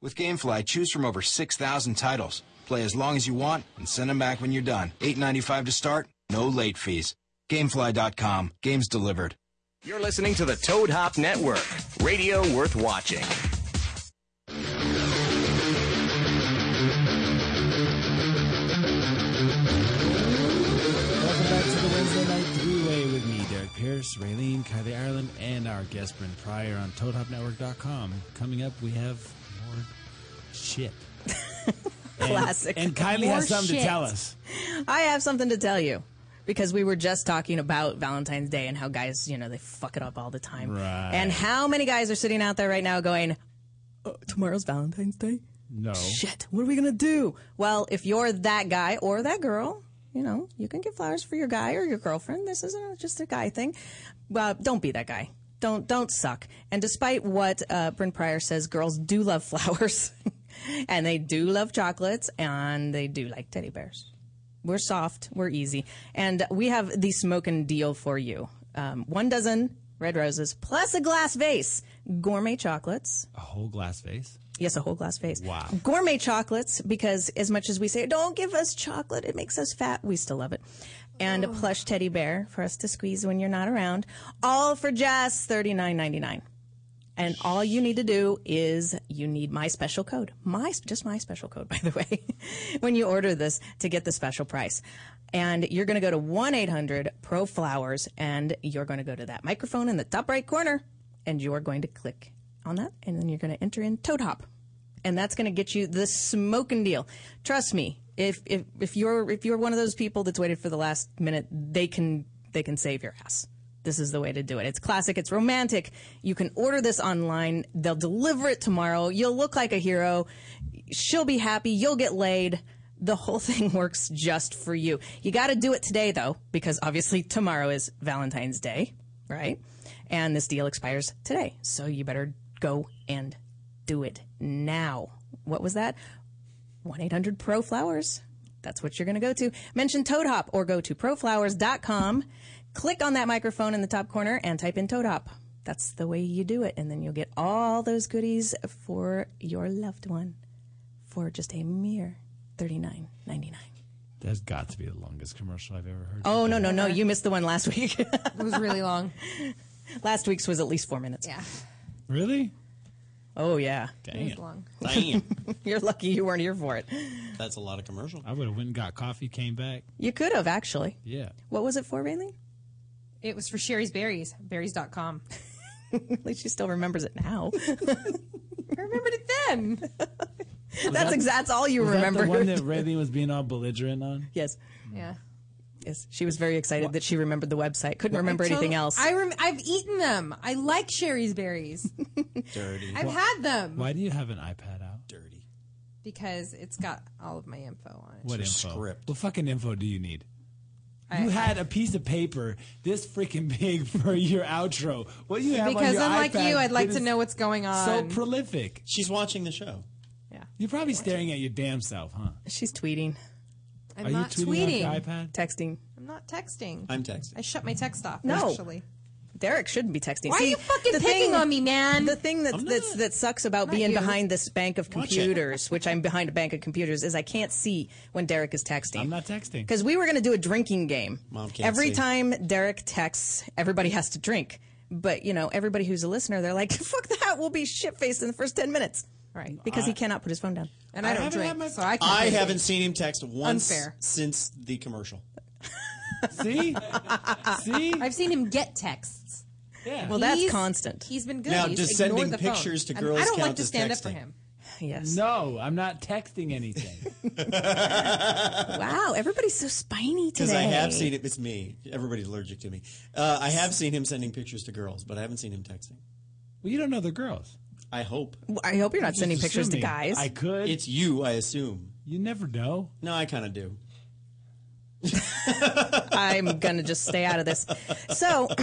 S12: With GameFly, choose from over 6,000 titles. Play as long as you want and send them back when you're done. $8.95 to start, no late fees. Gamefly.com, games delivered.
S1: You're listening to the Toad Hop Network, radio worth watching.
S5: Welcome back to the Wednesday night three-way with me, Derek Pierce, Raylene, Kylie Ireland, and our guest Brent Pryor on ToadHopNetwork.com. Coming up, we have more shit. And-
S4: Classic.
S5: And, Kylie
S4: More
S5: has something
S4: shit.
S5: to tell us.
S4: Ah, [laughs] I have something to tell you because we were just talking about Valentine's Day and how guys, you know, they fuck it up all the time.
S5: Right.
S4: And how many guys are sitting out there right now going, "Oh, tomorrow's Valentine's Day?
S5: No.
S4: Shit, what are we going to do? Well, if you're that guy or that girl, you know, you can get flowers for your guy or your girlfriend. This isn't just a guy thing. Well, don't be that guy. Don't don't suck. And despite what uh, Bryn Pryor says, girls do love [laughs] flowers, and they do love chocolates, and they do like teddy bears. We're soft. We're easy. And we have the smoking deal for you. Um, one dozen red roses plus a glass vase. Gourmet chocolates.
S5: A whole glass vase?
S4: Yes, a whole glass vase.
S5: Wow.
S4: Gourmet chocolates, because as much as we say, don't give us chocolate, it makes us fat, we still love it. And a plush teddy bear for us to squeeze when you're not around. All for just $39.99. And all you need to do is you need my special code. My, just my special code, [laughs] by the way, when you order this to get the special price. And you're going to go to 1 800 Pro Flowers and you're going to go to that microphone in the top right corner and you're going to click on that and then you're going to enter in Toad Hop and that's going to get you the smoking deal. Trust me, if if if you're if you're one of those people that's waited for the last minute, they can they can save your ass. This is the way to do it. It's classic. It's romantic. You can order this online. They'll deliver it tomorrow. You'll look like a hero. She'll be happy. You'll get laid. The whole [laughs] thing works just for you. You got to do it today though, because obviously tomorrow is Valentine's Day, right? And this deal expires today. So you better go and do it now. What was that? 1 800 Pro Flowers. That's what you're going to go to. Mention Toad Hop or go to proflowers.com. Click on that microphone in the top corner and type in Toad Hop. That's the way you do it. And then you'll get all those goodies for your loved one for just a mere $39.99.
S5: That's got to be the longest commercial I've ever heard.
S4: Oh, no, no, no. You missed the one last week. [laughs] it
S6: was really [laughs] long.
S4: Last week's was at least four minutes. Yeah.
S5: Really?
S4: Oh, yeah.
S5: Dang it. Long.
S4: You're lucky you weren't here for it.
S7: That's a lot of commercial.
S5: I would have went and got coffee, came back.
S4: You could have, actually.
S5: Yeah.
S4: What was it for, Raylene?
S5: [laughs]
S6: It was for Sherry's Berries, berries.com.
S4: At least she still remembers it now.
S6: I remembered it then.
S4: [laughs] that's ex- that's all you
S5: was
S4: remember.
S5: That the
S6: [laughs]
S5: one that Raylene was being all belligerent on?
S4: [laughs] yes.
S6: Yeah.
S4: Yes. She was very excited that she remembered the website. Couldn't remember
S6: I tot-
S4: anything else.
S6: I rem- I've eaten them. I like Sherry's
S4: [laughs]
S6: Berries.
S5: Dirty.
S6: I've had them.
S5: Why do you have an iPad out?
S7: Dirty.
S6: because it's got all of my info on it.
S5: What info? What fucking info do you need?
S6: I-
S5: you had a piece of paper this freaking big [laughs] for your outro. What do you have on
S6: Because
S5: your
S6: unlike
S5: iPad
S6: you, I'd like
S5: that
S6: to
S5: is
S6: know what's going on.
S5: So prolific.
S7: [laughs] She's watching the show.
S6: Yeah.
S5: You're probably staring at your damn self, huh?
S4: She's tweeting.
S6: I'm
S5: Are you
S6: not
S5: tweeting off
S6: tweeting.
S5: your iPad?
S4: Texting.
S6: I'm not texting.
S7: I'm texting.
S6: I shut my text off.
S4: No.
S6: Actually,
S4: Derek shouldn't be texting.
S6: Why are
S4: See,
S6: you fucking
S4: the
S6: picking
S4: thing-
S6: on me, man?
S4: The thing that's, that's that sucks about
S6: Not
S4: being
S6: you.
S4: behind this bank of
S6: Watch it.
S4: computers, which I'm behind a bank of computers, is I can't see when Derek is texting. I'm
S5: not texting
S4: because we were going to do a drinking game.
S7: Mom can't
S4: Every
S7: see.
S4: time Derek texts, everybody has to drink. But you know, everybody who's a listener, they're like, [laughs] "Fuck that! We'll be shit faced in the first ten minutes." Right? Because he
S7: I-
S4: cannot put his phone down.
S6: And I don't drink, so I can't.
S7: I
S6: drink.
S7: haven't seen him text once
S6: Unfair.
S7: since the commercial.
S5: See?
S4: [laughs]
S5: See?
S6: I've seen him get texts.
S5: Yeah.
S4: Well, that's constant.
S6: He's been good.
S7: Now,
S6: He's
S7: does
S6: ignored
S7: sending
S6: the phone.
S7: pictures to
S6: And
S7: girls
S6: I don't like
S7: count
S6: to
S7: as
S6: stand up for
S7: texting?
S6: him.
S4: Yes.
S5: No, I'm not texting anything.
S4: Wow, Oh, everybody's so spiny today.
S7: Because I have seen it. It's me. Everybody's allergic to me. Uh, I have seen him sending pictures to girls, but I haven't seen him texting.
S5: Well, you don't know the girls.
S7: I hope.
S4: Well, I hope you're not
S7: Just
S4: sending pictures to
S7: assuming.
S4: guys.
S5: I could.
S7: It's you, I assume.
S5: You never know.
S7: No, I kind of do.
S4: I'm gonna just stay out of this. So [clears throat]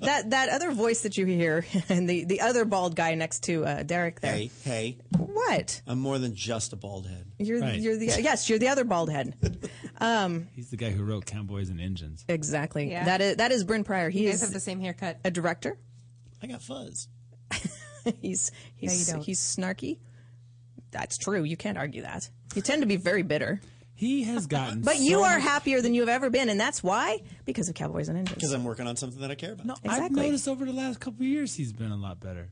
S4: that that other voice that you hear, [laughs] and the the other bald guy next to uh, Derek there.
S7: Hey, hey.
S4: What?
S7: I'm more than just a bald head.
S4: You're you're the uh, yes, you're the other bald head. Um,
S5: He's the guy who wrote Cowboys and Engines.
S4: exactly.
S6: Yeah.
S4: That is that is Bryn Pryor. He
S6: You guys
S4: is
S6: have the same haircut.
S4: a director. [laughs]
S7: I got fuzz.
S4: he's he's
S6: you don't.
S4: he's snarky. That's true. You can't argue that. You tend to be very bitter.
S5: He
S4: [laughs]
S5: has gotten.
S4: But
S5: so
S4: you are
S5: much-
S4: happier than you have ever been, and that's why because of Cowboys and Engines.
S7: Because I'm working on something that I care about.
S5: No, I've
S4: Exactly.
S5: noticed over the last couple of years he's been a lot better.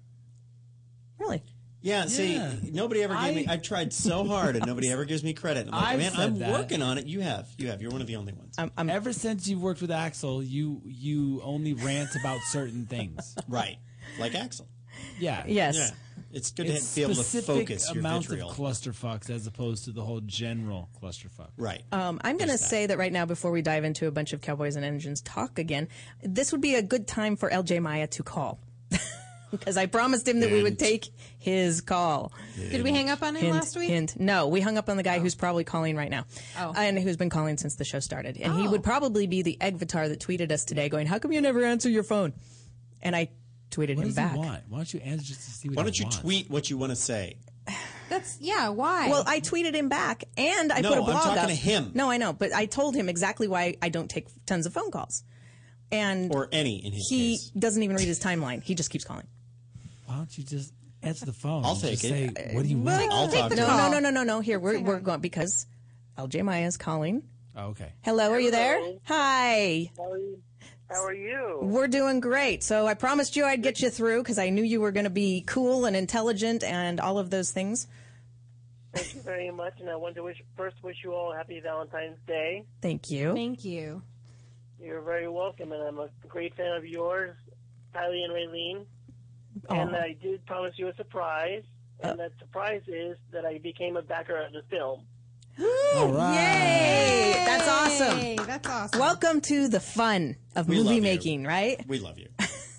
S4: Really?
S7: Yeah, see,
S5: Yeah.
S7: nobody ever gave
S5: I-
S7: me. I've tried so hard, and nobody ever gives me credit. I'm like,
S5: I've
S7: man,
S5: said
S7: I'm
S5: that.
S7: working on it. You have, you have. You're one of the only ones.
S4: Um,
S5: Ever since you worked with Axel, you you only rant about
S4: [laughs]
S5: certain things.
S7: right, like Axel.
S5: Yeah.
S4: Yes.
S7: Yeah. It's good to be able to
S5: specific
S7: focus your
S5: amounts
S7: vitriol.
S5: of clusterfucks as opposed to the whole general clusterfuck.
S7: Right.
S5: Uh,
S4: Um, I'm going to
S5: There's that.
S4: say that right now, before we dive into a bunch of Cowboys and Engines talk again, this would be a good time for LJ Maya to call. [laughs] Because I promised him that we would take his call.
S6: Did we hang up on him
S4: Hint,
S6: last week?
S4: hint. No, we hung up on the guy who's probably calling right now.
S6: Oh.
S4: And who's been calling since the show started. And he would probably be the Egvatar that tweeted us today going, How come you never answer your phone? And I tweeted
S5: What
S4: him
S5: does
S4: back.
S5: he want? Why don't you answer just to see what
S7: Why
S5: he
S7: don't you
S5: wants?
S7: tweet what you want to say?
S6: That's yeah. Why?
S4: Well, I tweeted him back and I
S7: No,
S4: put a
S7: I'm
S4: blog
S7: talking
S4: up.
S7: to him.
S4: No, I know, but I told him exactly why I don't take tons of phone calls. And
S7: or any in his
S4: he
S7: case.
S4: doesn't even read his timeline. He just keeps calling.
S5: Why don't you just answer the phone?
S7: I'll
S5: and
S7: take
S5: just
S7: it.
S5: Say, what do you want?
S7: I'll talk to
S4: No,
S7: him.
S4: no, no, no, no, no. Here we're we're going because LJ Maya is calling.
S5: Oh, okay.
S4: Hello, are you there? Hi.
S13: How are you?
S4: We're doing great. So I promised you I'd get you through because I knew you were going to be cool and intelligent and all of those things.
S13: Thank you very much, and I want to wish first wish you all a happy Valentine's Day.
S4: Thank you.
S6: Thank you.
S13: You're very welcome, and I'm a great fan of yours, Kylie and Raylene. And
S4: Aw. Uh.
S13: I did promise you a surprise, and that surprise is that I became a backer of the film.
S5: All right.
S4: Hey, that's awesome.
S6: Hey, that's awesome.
S4: Welcome to the fun of
S7: We love
S4: movie
S7: you.
S4: making, right?
S7: We love you.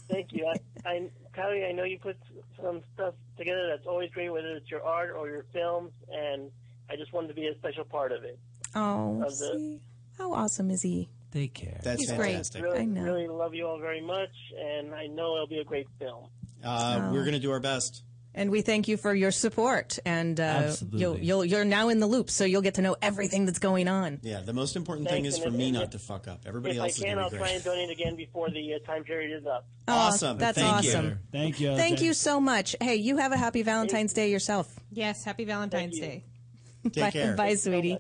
S13: Thank you. I, I, Kylie, I know you put some stuff together that's always great, whether it's your art or your films, and I just wanted to be a special part of it.
S4: Oh,
S13: Love that.
S4: see, how awesome is he?
S5: They care.
S7: That's
S6: He's great.
S7: fantastic.
S13: Really,
S4: I know.
S13: really love you all very much, and I know it'll be a great film.
S7: Uh, We're gonna do our best.
S4: And we thank you for your support. And uh,
S5: Absolutely.
S4: you'll, you'll, you're now in the loop, so you'll get to know everything that's going on.
S7: Yeah. The most important
S13: Thanks,
S7: thing is
S13: and
S7: for
S13: if-
S7: me
S13: and
S7: not
S13: if-
S7: to fuck up. Everybody
S13: if I
S7: else is
S13: can,
S7: gonna
S13: I'll
S7: be
S13: try and
S7: great.
S13: donate again before the uh, time period is up.
S7: Awesome.
S4: that's
S7: Thank you.
S4: awesome.
S5: Thank you.
S4: Thank
S5: LJ.
S4: you so much. Hey, you have a happy Valentine's Day yourself.
S6: Yes. Happy Valentine's Day.
S7: Take care.
S4: Bye, sweetie.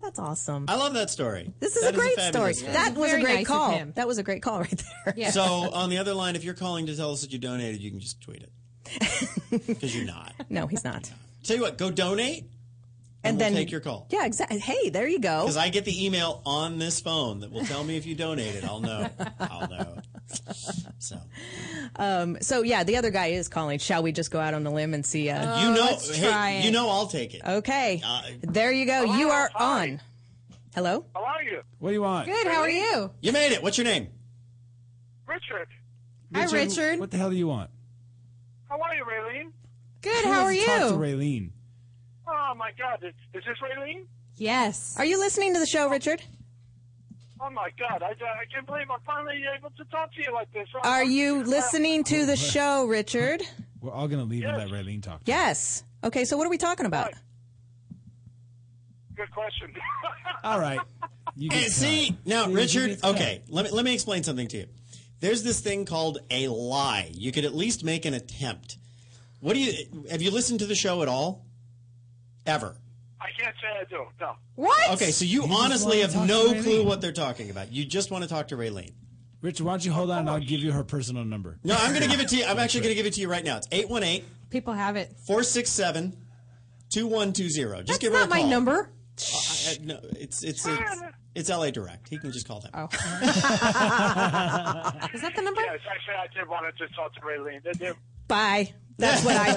S4: That's awesome.
S7: I love that story.
S4: This is
S7: That
S4: a great story.
S7: fabulous
S4: That was a
S6: Very
S4: great
S6: nice of
S4: call.
S6: him.
S4: That was a great call [laughs] right there.
S6: Yeah.
S7: [laughs] So on the other line, if you're calling to tell us that you donated, you can just tweet it
S4: [laughs]
S7: because you're not.
S4: No, he's not.
S7: Tell you what, go donate, and,
S4: And
S7: we'll
S4: then-
S7: take your call.
S4: Yeah, exactly. Hey, there you go.
S7: Because I get the email on this phone that will tell me if you donated. I'll know.
S4: [laughs]
S7: I'll know. So
S4: So yeah, the other guy is calling. Shall we just go out on a limb and see? Uh,
S7: you know,
S6: let's
S7: hey,
S6: try it.
S7: you know, I'll take
S4: Oh.
S7: it.
S4: okay,
S7: Uh,
S4: there you go. You are on. Hello.
S13: How are you,
S5: What do you want?
S6: Good. How are you?
S7: You made it. What's your name?
S13: Richard?
S6: Hi, Richard.
S5: What the hell do you want?
S13: How are you, Raylene?
S6: Good. How are
S5: Talk to
S6: you?
S5: Raylene.
S13: Oh my God, is, is this Raylene?
S6: Yes.
S4: Are you listening to the show, Richard?
S13: Oh my God, I, I can't believe I'm finally able to talk to you like this. Oh,
S4: Are you listening to the show, Richard?
S5: We're all gonna leave and let Raylene talk. To
S4: Yes. Okay, so what are we talking about?
S13: Good question. [laughs]
S5: her. All right. You
S7: Hey,
S5: get
S7: see
S5: cut.
S7: now,
S5: See, you
S7: Richard.
S5: get cut.
S7: Okay, let me let me explain something to you. There's this thing called a lie. You could at least make an attempt. What do you have you listened to the show at all? Ever?
S14: I can't say I do. No.
S6: What?
S7: Okay, so you,
S5: You just
S7: honestly
S5: wanna
S7: have
S5: talk to
S7: no
S5: Raylene.
S7: clue what they're talking about. You just want to talk to Raylene.
S5: Richard, why don't you hold on and I'll give you her personal number.
S7: No, I'm going to give it to you. I'm actually going to give it to you right now. It's 818
S6: People have it.
S7: 467 2120. Just
S6: That's
S7: give her
S6: not
S7: a call.
S6: my number.
S7: I- I- no, it's, it's, it's, it's LA Direct. He can just call them.
S6: Oh.
S14: Is
S6: that the number?
S14: Yes, actually, I did want to just talk to Raylene. They're, they're,
S4: Bye. That's what I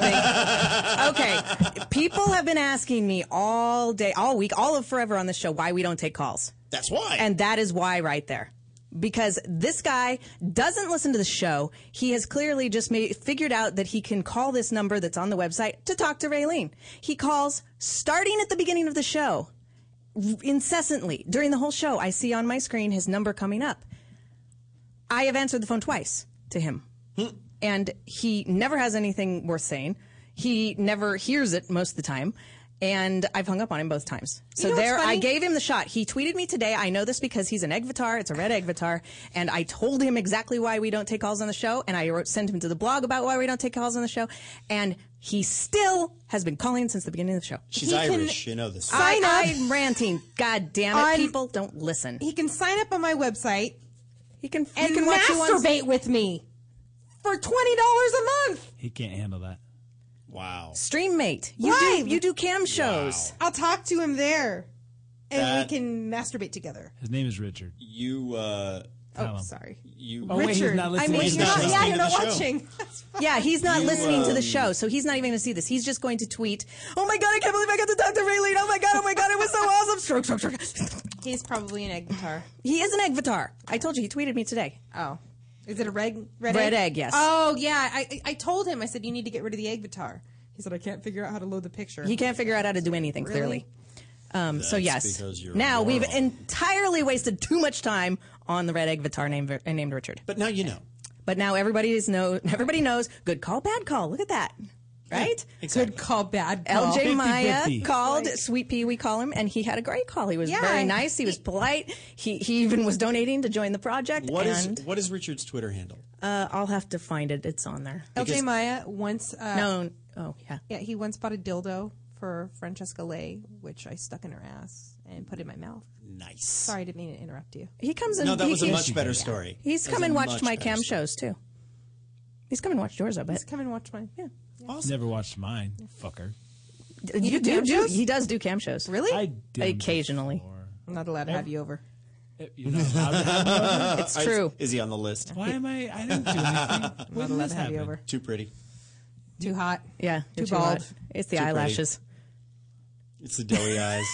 S4: think. Okay. People have been asking me all day, all week, all of forever on the show why we don't take calls.
S7: That's why.
S4: And that is why right there. Because this guy doesn't listen to the show. He has clearly just made, figured out that he can call this number that's on the website to talk to Raylene. He calls starting at the beginning of the show, incessantly during the whole show. I see on my screen his number coming up. I have answered the phone twice to him.
S6: Hmm.
S4: And he never has anything worth saying. He never hears it most of the time. And I've hung up on him both times. So
S6: know what's
S4: there, I
S6: funny?
S4: gave him the shot. He tweeted me today. I know this because he's an Egvatar. It's a red Egvatar. And I told him exactly why we don't take calls on the show. And I wrote, sent him to the blog about why we don't take calls on the show. And he still has been calling since the beginning of the show.
S7: She's Irish. You know this.
S4: I,
S6: "Ah."
S4: I'm ranting. God damn it.
S6: On-
S4: People don't listen.
S6: He can sign up on my website.
S4: He can
S6: and
S4: can watch you on-
S6: masturbate with me for twenty dollars a month.
S5: He can't handle that.
S7: Wow.
S4: Streammate. You
S6: Live.
S4: do you do cam shows.
S6: I'll talk to him there, and
S7: That-
S6: we can masturbate together.
S5: His name is Richard.
S7: You, uh.
S6: Oh, sorry.
S7: You,
S5: Oh, wait, he's Richard, not I listening. mean,
S7: He's
S5: you're
S7: not
S5: not-
S7: listening
S5: yeah,
S7: to
S5: you're
S7: the
S5: not
S7: show.
S6: Watching.
S4: Yeah, he's not
S7: You,
S4: listening to the
S7: um,
S4: show, so he's not even going to see this. He's just going to tweet, "Oh my god, I can't believe I got to talk to Raylene. Oh my god, oh my god, it
S6: [laughs]
S4: was so awesome." Stroke, stroke, stroke. [laughs]
S6: He's probably an egg guitar.
S4: He is an Egvatar. I told you he tweeted me today.
S6: Oh. Is it a red red,
S4: Red egg, yes.
S6: Oh yeah, I I- I told him I said you need to get rid of the egg guitar. He said I can't figure out how to load the picture.
S4: He can't figure out how to do anything
S6: Really?
S4: clearly. Um, so
S6: That's
S4: yes,
S6: because you're
S4: now we've
S6: moral.
S4: entirely wasted too much time on the red Egvatar named named Richard.
S7: But now you know.
S4: But now everybody is know [laughs] everybody knows good call, bad call. Look at that. Right?
S6: Good call, bad call.
S4: LJ Maya
S6: 50-50.
S4: called
S6: Like-
S4: Sweet Pea, we call him, and he had a great call. He was
S6: Yeah,
S4: very
S6: and
S4: nice. He was polite. He he even was donating to join the project.
S7: What is,
S4: and
S7: what is Richard's Twitter handle?
S4: uh, I'll have to find it. It's on there.
S6: LJ Maya once uh,
S4: No, oh yeah,
S6: yeah he once bought a dildo for Francesca Lay, which I stuck in her ass and put in my mouth.
S7: Nice.
S6: Sorry, I didn't mean to interrupt you.
S4: He comes and
S7: No, that
S4: he
S7: was a
S4: keeps-
S7: much better story.
S4: He's
S7: That was
S4: come
S7: a
S4: and
S7: much
S4: watched my
S7: better
S4: cam
S7: story.
S4: shows too. He's come and watched yours, I bet.
S6: Just come and watch mine. Yeah.
S5: Never watched mine, fucker.
S6: do
S4: You, do,
S6: cam
S4: do
S6: shows?
S4: he does do cam shows.
S6: Really? I
S5: did
S4: occasionally.
S6: I'm not allowed to have you over.
S5: You're not allowed to have me over?
S7: Uh,
S4: It's true.
S7: Is he on the list?
S5: Why am I? I didn't do
S6: [laughs]
S5: anything.
S6: I'm not allowed to have you over.
S7: Too pretty.
S6: Too hot.
S4: Yeah,
S6: Too
S4: you're
S6: bald.
S4: hot. It's the
S7: Too pretty.
S4: eyelashes.
S7: It's the
S4: [laughs]
S7: doughy eyes.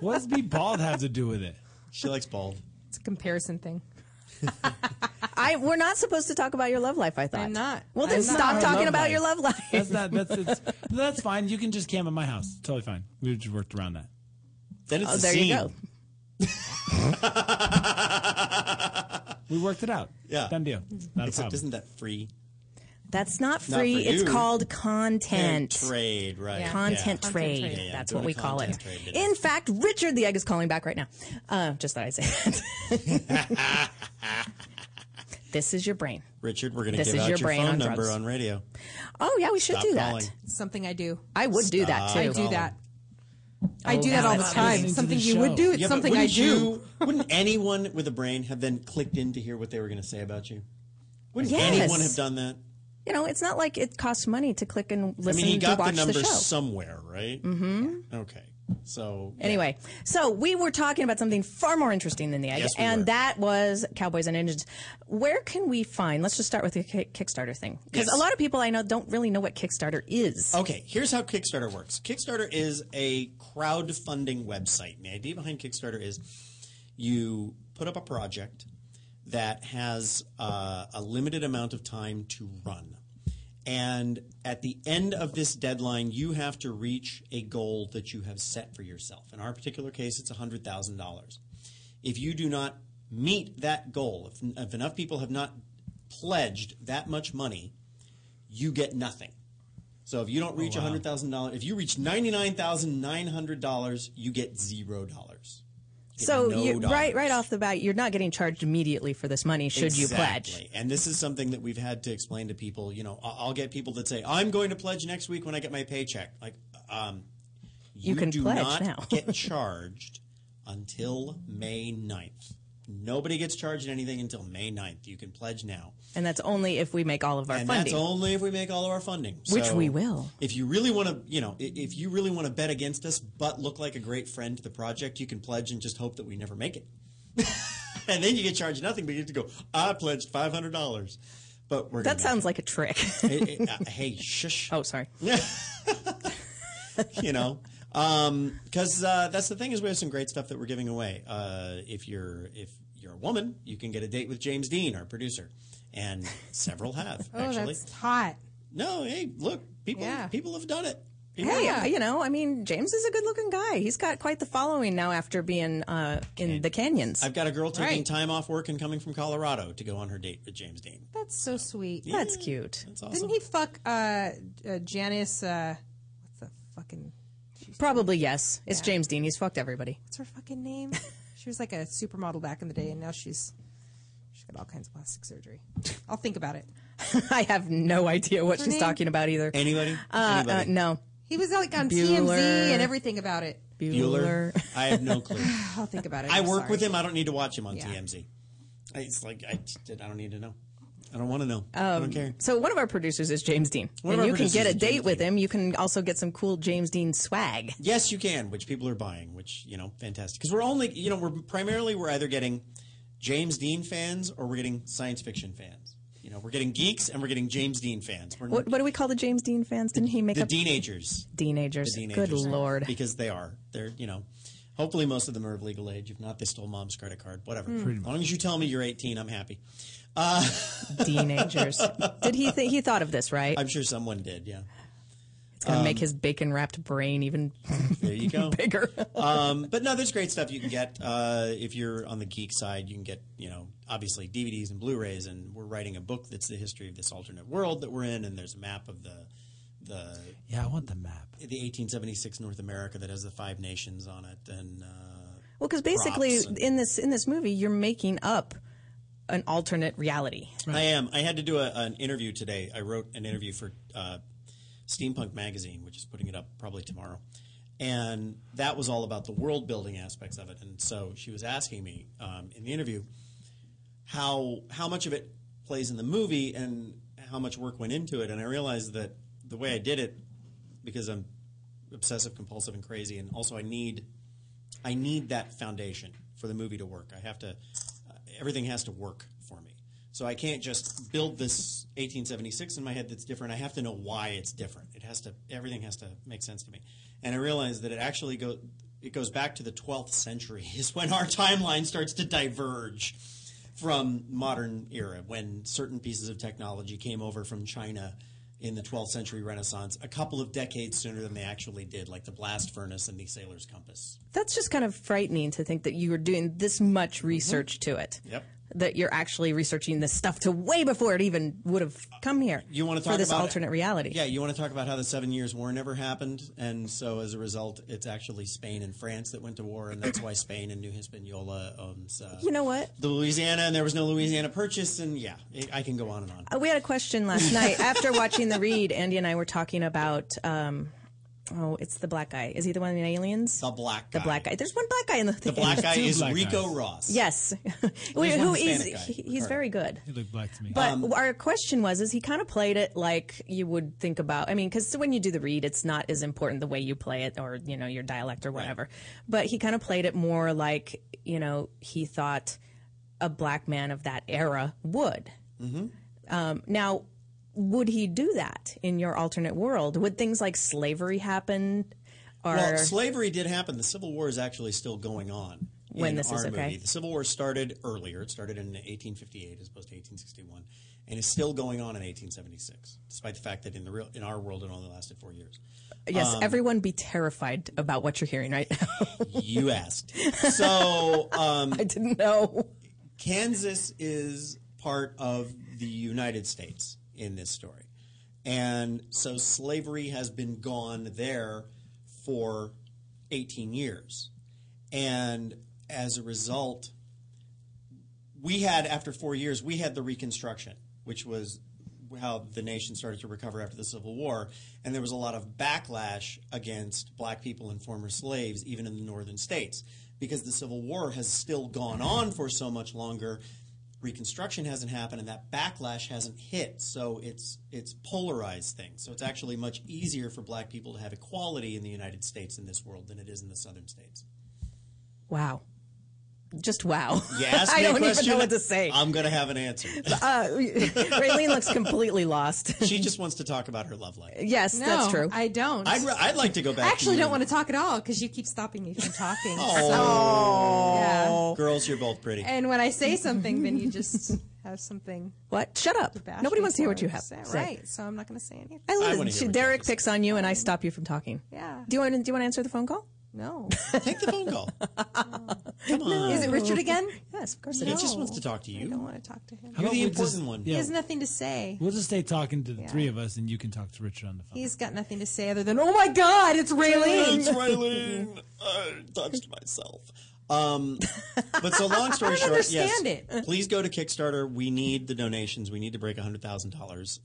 S5: what does be bald have to do with it?
S7: She likes bald.
S6: It's a comparison thing.
S4: I we're not supposed to talk about your love life. I thought.
S6: I'm not.
S4: Well, then
S6: I'm not.
S4: stop
S6: Our
S4: talking
S6: love
S4: about
S6: life.
S4: your love life.
S5: That's not.
S6: [laughs]
S5: That's it's, that's fine. You can just cam at my house. Totally fine. We just worked around that.
S7: Then
S4: [laughs] oh, there you go.
S5: We worked it out.
S7: Yeah.
S5: Done deal. Not a
S7: Except
S5: problem.
S7: isn't that free?
S4: That's not
S7: Not
S4: free.
S7: for
S4: it's
S7: you.
S4: called content.
S7: Trade, right. Yeah.
S4: Content
S7: Yeah.
S4: trade.
S7: Content trade. Yeah, yeah,
S4: That's
S7: doing
S4: what we
S7: a
S4: call it.
S7: content trade today.
S4: In fact, Richard the Egg is calling back right now. Uh, just thought I'd say that.
S7: [laughs]
S4: this is your brain.
S7: Richard, we're going to
S4: This
S7: give
S4: is
S7: out
S4: your
S7: your,
S4: brain
S7: phone
S4: on
S7: number
S4: drugs.
S7: on radio.
S4: Oh, yeah, we should
S7: Stop
S4: do
S7: calling.
S4: that.
S6: Something I do.
S4: I would do that
S7: Stop
S4: too.
S6: I do that. I
S4: Oh,
S6: do that
S4: now
S6: all the
S4: it's
S6: time.
S4: listening to
S6: Something
S4: the
S6: you would
S4: show.
S6: do. It's
S7: Yeah, but
S6: something I
S7: wouldn't
S6: do.
S7: you- wouldn't anyone with a brain have then clicked in to hear what they were going to say about you? Wouldn't
S4: Yes.
S7: anyone have done that?
S4: You know, it's not like it costs money to click and
S7: I
S4: listen
S7: mean, he
S4: to
S7: got the
S4: watch
S7: number
S4: show.
S7: somewhere, right?
S4: Mhm.
S7: Okay. So
S4: Anyway, so we were talking about something far more interesting than the egg,
S7: Yes, we
S4: and
S7: were.
S4: that was Cowboys and Indians. Where can we find? Let's just start with the Ki- Kickstarter thing because
S7: Yes. Oh,
S4: a lot of people I know don't really know what Kickstarter is.
S7: Okay, here's how Kickstarter works. Kickstarter is a crowdfunding website. And The idea behind Kickstarter is you put up a project that has uh, a limited amount of time to run. And at the end of this deadline, you have to reach a goal that you have set for yourself. In our particular case, it's $100,000. If you do not meet that goal, if, if enough people have not pledged that much money, you get nothing. So if you don't reach hundred thousand dollars, if you reach ninety nine thousand nine hundred dollars, you get zero dollars.
S4: So
S7: no
S4: you,
S7: dollars.
S4: right right off the bat, you're not getting charged immediately for this money should you pledge.
S7: Exactly. And this is something that we've had to explain to people. You know, I- I'll get people that say, "I'm going to pledge next week when I get my paycheck." Like, um,
S4: You can
S7: do
S4: pledge
S7: not
S4: now. [laughs]
S7: get charged until May 9th. Nobody gets charged anything until May 9th. You can pledge now.
S4: And that's only if we make all of our
S7: and
S4: funding.
S7: that's only if we make all of our funding.
S4: Which
S7: So
S4: we will.
S7: If you really want to, you know, i- if you really want to bet against us, but look like a great friend to the project, you can pledge and just hope that we never make it. [laughs] and then you get charged nothing, but you have to go. I pledged five hundred dollars, but we're
S4: that
S7: gonna
S4: sounds like a trick. [laughs]
S7: Hey, hey, uh, hey, shush.
S4: Oh, sorry.
S7: you know because uh, that's the thing is we have some great stuff that we're giving away uh, if you're if you're a woman you can get a date with james dean our producer and
S4: [laughs]
S7: several have
S6: Oh,
S7: actually
S6: that's hot.
S7: no hey look people people have done it people
S4: Hey,
S7: have-
S4: you know, I mean, James is a good-looking guy. He's got quite the following now after being uh, in the canyons.
S7: i've got a girl taking
S4: Right.
S7: time off work and coming from colorado to go on her date with james dean
S6: That's so sweet.
S7: Yeah, That's
S4: cute.
S7: That's awesome.
S6: Didn't he fuck uh, uh, Janice? Uh, what's the fucking
S4: Probably yes. It's James Dean. He's fucked everybody. [laughs]
S6: what's her fucking name? she was like a supermodel back in the day, and now she's she's got all kinds of plastic surgery. I'll think about it.
S4: I have no idea what
S6: Her
S4: she's
S6: name?
S4: talking about either.
S7: Anybody?
S4: Uh, uh,
S7: Anybody?
S4: no.
S6: He was like on
S4: Bueller.
S6: TMZ and everything about it.
S7: Bueller. I have
S4: [laughs]
S7: no clue.
S6: I'll think about it.
S7: I
S6: I'm
S7: work
S6: sorry.
S7: with him. I don't need to watch him on
S6: Yeah.
S7: TMZ. I- It's like I, I don't need to know. I don't want to know. I
S4: Um,
S7: don't care.
S4: So one of our producers is James Dean,
S7: One of
S4: and
S7: our
S4: you can get
S7: producers
S4: a
S7: is
S4: date
S7: James
S4: with him. You can also get some cool James Dean swag.
S7: Yes, you can, which people are buying, which you know, fantastic. Because we're only, you know, we're primarily we're either getting James Dean fans or we're getting science fiction fans. You know, we're getting geeks and we're getting James Dean fans. We're
S4: What, what do we call the James Dean fans? Didn't he make
S7: the
S4: up
S7: teenagers.
S4: teenagers? Good lord.
S7: [laughs] Because they are, they're you know, hopefully most of them are of legal age. If not, they stole mom's credit card. Whatever.
S4: Hmm. Pretty
S7: As long as you tell me you're 18, I'm happy. Uh,
S4: Teenagers. Did he think he thought of this right?
S7: I'm sure someone did. Yeah.
S4: It's gonna make
S7: Um,
S4: his bacon wrapped brain even [laughs]
S7: There you go.
S4: bigger.
S7: um, but no, there's great stuff you can get uh, if you're on the geek side. You can get, you know, obviously DVDs and Blu-rays, and we're writing a book that's the history of this alternate world that we're in, and there's a map of the the
S5: Yeah, I want the map.
S7: the 1876 North America that has the five nations on it, and uh,
S4: Well, because basically
S7: props and-
S4: in this in this movie, you're making up an alternate reality.
S7: I am. I had to do a, an interview today. I wrote an interview for uh, Steampunk Magazine, which is putting it up probably tomorrow. And that was all about the world building aspects of it. And so she was asking me um, in the interview how how much of it plays in the movie and how much work went into it. And I realized that the way I did it, because I'm obsessive compulsive and crazy, and also I need I need that foundation for the movie to work. I have to uh, everything has to work for me. So I can't just build this 1876 in my head that's different. I have to know why it's different. It has to everything has to make sense to me. And I realized that it actually go it goes back to the 12th century [laughs] is when our timeline starts to diverge from modern era when certain pieces of technology came over from China in the 12th century Renaissance a couple of decades sooner than they actually did like the blast furnace and the sailor's compass.
S4: That's just kind of frightening to think that you were doing this much research to it.
S7: Mm-hmm. Yep.
S4: That you're actually researching this stuff to way before it even would have come here.
S7: You want to talk
S4: for this
S7: about
S4: alternate reality?
S7: Yeah, you want to talk about how the Seven Years' War never happened, and so as a result, it's actually Spain and France that went to war, and that's why Spain and New Hispaniola owns. Uh,
S4: You know what?
S7: The Louisiana, and there was no Louisiana Purchase, and yeah, it, I can go on and on.
S4: Uh, we had a question
S7: [laughs]
S4: last night after watching the read. Andy and I were talking about. Um, oh, it's the black guy. Is he the one in Aliens?
S7: The black.
S4: The black guy. There's one black guy in the.
S7: The
S4: [laughs]
S7: black guy is Rico Ross.
S4: Yes, [laughs] who
S7: There's one
S4: is
S7: Hispanic guy,
S4: he- he's
S7: Ricardo.
S4: very good.
S5: He looked black to me.
S4: But
S7: Um,
S4: our question was: Is he kind of played it like you would think about? I mean, because when you do the read, it's not as important the way you play it, or you know your dialect or whatever. But he kind of played it more like you know he thought a black man of that era would.
S7: Mm-hmm.
S4: Um, now, would he do that in your alternate world? Would things like slavery happen? Or
S7: Well, slavery did happen. The Civil War is actually still going on.
S4: When
S7: in
S4: this is
S7: our
S4: okay.
S7: movie. The Civil War started earlier. It started in 1858 as opposed to 1861, and is still going on in 1876, despite the fact that in the real in our world it only lasted four years.
S4: yes,
S7: Um,
S4: everyone be terrified about what you're hearing right [laughs] now.
S7: you asked. So um, I
S4: didn't know.
S7: Kansas is part of the United States in this story, and so slavery has been gone there for 18 years, and as a result, we had after four years we had the Reconstruction, which was how the nation started to recover after the Civil War, and there was a lot of backlash against black people and former slaves, even in the northern states, because the Civil War has still gone on for so much longer. Reconstruction hasn't happened, and that backlash hasn't hit, so it's it's polarized things. So it's actually much easier for black people to have equality in the United States in this world than it is in the southern states.
S4: Wow. Just wow.
S7: You
S4: [laughs]
S7: ask
S4: I
S7: me a
S4: don't even
S7: question,
S4: know what to say.
S7: I'm going to have an answer.
S4: Uh, Raylene looks completely lost.
S7: She just wants to talk about her love life.
S4: [laughs] Yes, that's
S6: No,
S4: true.
S6: I don't.
S7: I'd, ra- I'd like to go back.
S6: I actually
S7: to
S6: don't want to talk at all because you keep stopping me from talking.
S7: Oh.
S6: So,
S7: Girls, you're both
S6: [laughs]
S7: pretty.
S6: yeah. And when I say something, then you just
S4: [laughs]
S6: have something.
S4: What? Shut up.
S6: to bash me
S4: Nobody wants to hear what
S6: for.
S4: you have
S6: Is
S4: to
S6: that
S4: say.
S6: Right. So I'm not going to say anything.
S4: I love
S7: wanna
S4: it.
S7: hear what
S4: Derek picks on you, and I stop you from talking.
S6: Yeah.
S4: Do you want? To, do you want to answer the phone call? [laughs]
S6: No.
S7: Take the phone
S6: [laughs]
S7: call. Come on.
S6: Is it
S4: [laughs]
S6: Richard again?
S4: Yes, of
S7: He just wants to talk to you. I don't
S6: want to talk to him.
S7: You're
S5: about
S7: the
S5: we just-
S7: important one.
S6: He has nothing to say.
S5: We'll just stay talking to the
S6: Yeah.
S5: three of us, and you can talk to Richard on the phone.
S6: He's got nothing to say other than, "Oh my God, it's Raylene."
S7: It's Raylene. I touched myself.
S6: [laughs]
S7: Um, but so long story
S6: I don't
S7: short, yes.
S6: understand it. [laughs]
S7: Please go to Kickstarter. We need the donations. We need to break hundred thousand uh, dollars.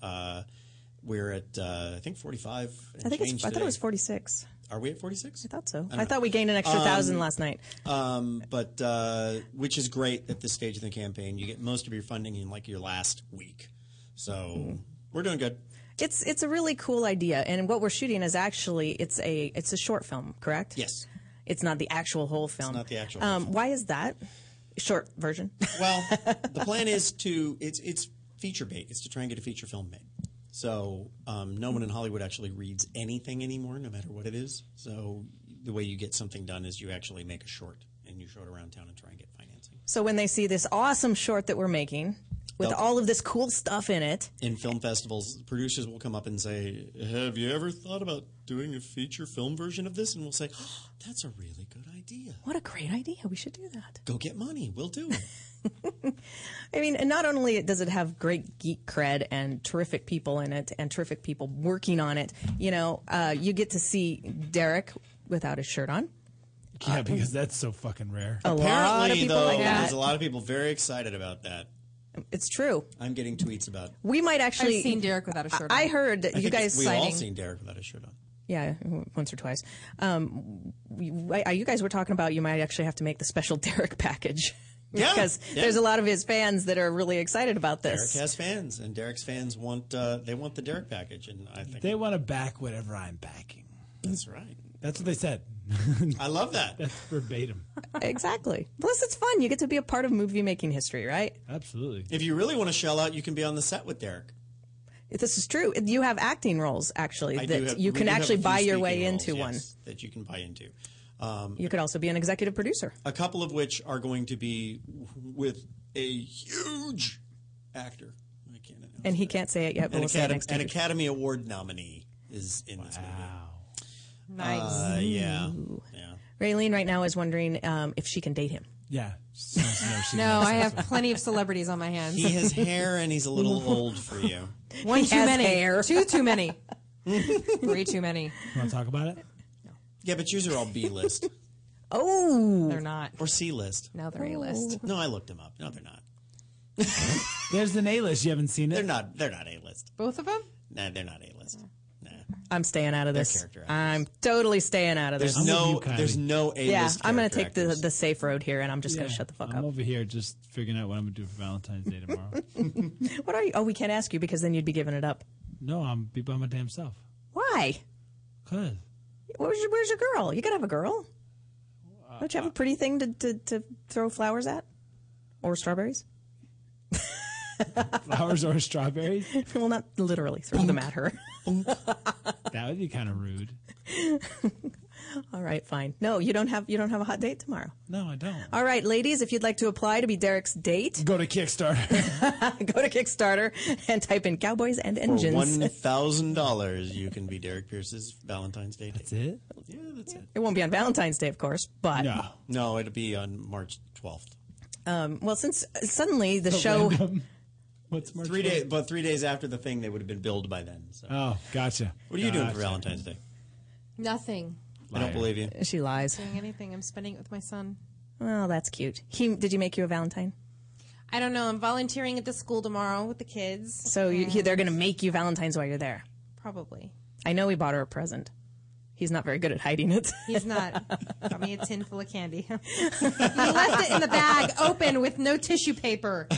S7: We're at uh, I think forty five.
S4: I think it's. I thought it was forty-six.
S7: Are we at forty six?
S4: I thought so.
S7: don't
S4: I,
S7: know.
S4: thought we gained an extra
S7: Um,
S4: thousand last night.
S7: Um, but uh, which is great at this stage of the campaign. You get most of your funding in like your last week, so we're doing good.
S4: It's it's a really cool idea, and what we're shooting is actually it's a it's a short film, correct?
S7: Yes.
S4: It's not the actual whole film.
S7: not the actual whole
S4: Um, why is that? Short version. [laughs]
S7: Well, the plan is to it's it's feature bait. It's to try and get a feature film made. So um, no one in Hollywood actually reads anything anymore, no matter what it is. So the way you get something done is you actually make a short and you show it around town and try and get financing
S4: So when they see this awesome short that we're making with
S7: They'll-
S4: all of this cool stuff in it,
S7: in film festivals. Producers will come up and say, "Have you ever thought about doing a feature film version of this?" And we'll say, oh, "That's a really good idea.
S4: what a great idea! We should do that.
S7: Go get money. We'll do it."
S4: I mean, and not only does it have great geek cred and terrific people in it and terrific people working on it, you know, uh, you get to see Derek without his shirt on.
S5: yeah, because that's so fucking rare.
S4: [laughs] A lot of
S7: Apparently,
S4: people
S7: though,
S4: like
S7: there's
S4: that.
S7: a lot of people very excited about that.
S4: It's true.
S7: I'm getting tweets about.
S4: We might actually.
S6: I've seen Derek without a shirt
S4: I
S6: on.
S4: heard that
S7: I
S4: you
S7: think
S4: guys
S7: we've
S4: citing.
S7: all seen Derek without his shirt on.
S4: Yeah, w- once or twice. Um, we- I- you guys were talking about you might actually have to make the special [laughs] Derek package.
S7: Yeah,
S4: because
S7: yeah.
S4: there's a lot of his fans that are really excited about
S7: Derek
S4: this.
S7: has fans, and Derek's fans want uh, they want the Derek package, and I think
S5: They want to back whatever I'm backing.
S7: that's right.
S5: That's what they said. [laughs]
S7: I love that.
S5: That's verbatim.
S4: exactly. Plus, it's fun. You get to be a part of movie making history, right?
S5: Absolutely.
S7: If you really want to shell out, you can be on the set with Derek.
S4: This is true. You have acting roles actually
S7: I do
S4: that
S7: have-
S4: you
S7: we
S4: can
S7: do have
S4: actually
S7: a few
S4: buy your
S7: speaking
S4: way
S7: roles,
S4: into
S7: yes,
S4: one.
S7: that you can buy into. Um,
S4: You could also be an executive producer.
S7: a couple of which are going to be w- with a huge actor. I can't announce.
S4: And he can't say it yet, but
S7: an,
S4: we'll say it
S7: Academ-
S4: next
S7: an
S4: week.
S7: Academy Award nominee is in this movie.
S6: Nice.
S7: Uh, yeah, yeah.
S4: Raylene right now is wondering um, if she can date him.
S5: Yeah. she wants to know if she
S6: no,
S5: wants
S6: I
S5: this
S6: have
S5: one.
S6: plenty of celebrities on my hands.
S7: He has hair and he's
S4: [laughs]
S7: a little old for you.
S6: One
S4: He
S6: too
S4: has
S6: many.
S4: hair.
S6: Two too
S4: [laughs]
S6: many. Three too many.
S5: You want to talk about it?
S7: Yeah, but yours are all B list
S4: Oh,
S6: They're not.
S7: or C list.
S6: Now they're A list.
S7: No, I looked them up. No, they're not.
S5: There's an A list. You haven't seen it?
S7: They're not. They're not A list.
S6: Both of them?
S7: Nah, they're not A list. Nah.
S4: I'm staying out of this.
S7: character actors.
S4: I'm totally staying out of this.
S7: There's
S5: I'm with you,
S7: no.
S5: Kylie.
S7: There's no A list.
S4: yeah, I'm going to take the,
S7: actors. Um,
S4: the safe road here, and I'm just going
S5: Yeah,
S4: to shut the fuck
S5: I'm
S4: up.
S5: over here just figuring out what I'm going to do for Valentine's Day tomorrow.
S4: What are you? Oh, we can't ask you because then you'd be giving it up.
S5: no, I'm be by my damn self.
S4: Why?
S5: Cause
S4: Where's your, where's your girl? You got to have a girl. Don't
S7: Uh,
S4: you have a pretty thing to, to, to throw flowers at? Or strawberries? [laughs]
S5: flowers or strawberries?
S4: well, not literally throw them at her. [laughs]
S5: That would be kind of rude.
S4: All right, fine. No, you don't have you don't have a hot date tomorrow.
S5: No, I don't.
S4: All right, ladies, if you'd like to apply to be Derek's date, [laughs]
S5: Go to Kickstarter.
S4: go to Kickstarter and type in Cowboys and
S7: For
S4: Engines.
S7: one thousand dollars, you can be Derek Pierce's Valentine's Day.
S5: That's it.
S7: Yeah, that's it.
S4: It won't be on Valentine's Day, of course, but
S5: No.
S7: No, it'll be on March twelfth.
S4: um, well, since suddenly the show
S5: [laughs] What's March?
S7: Three days,
S5: fourth?
S7: but three days after the thing, they would have been billed by then. So.
S5: Oh, gotcha.
S7: What are you doing for
S5: Gotcha.
S7: Valentine's Day?
S6: Nothing.
S7: I don't
S5: Liar.
S7: believe you.
S4: [laughs] she lies.
S6: Doing anything. I'm spending it with my son.
S4: Well, that's cute. He did he make you a Valentine?
S6: I don't know. I'm volunteering at the school tomorrow with the kids.
S4: So you, he, they're going to make you Valentines while you're there.
S6: Probably.
S4: I know he bought her a present. He's not very good at hiding it. [laughs]
S6: He's not. Got me a tin full of candy. [laughs] he left it in the bag, open with no tissue paper.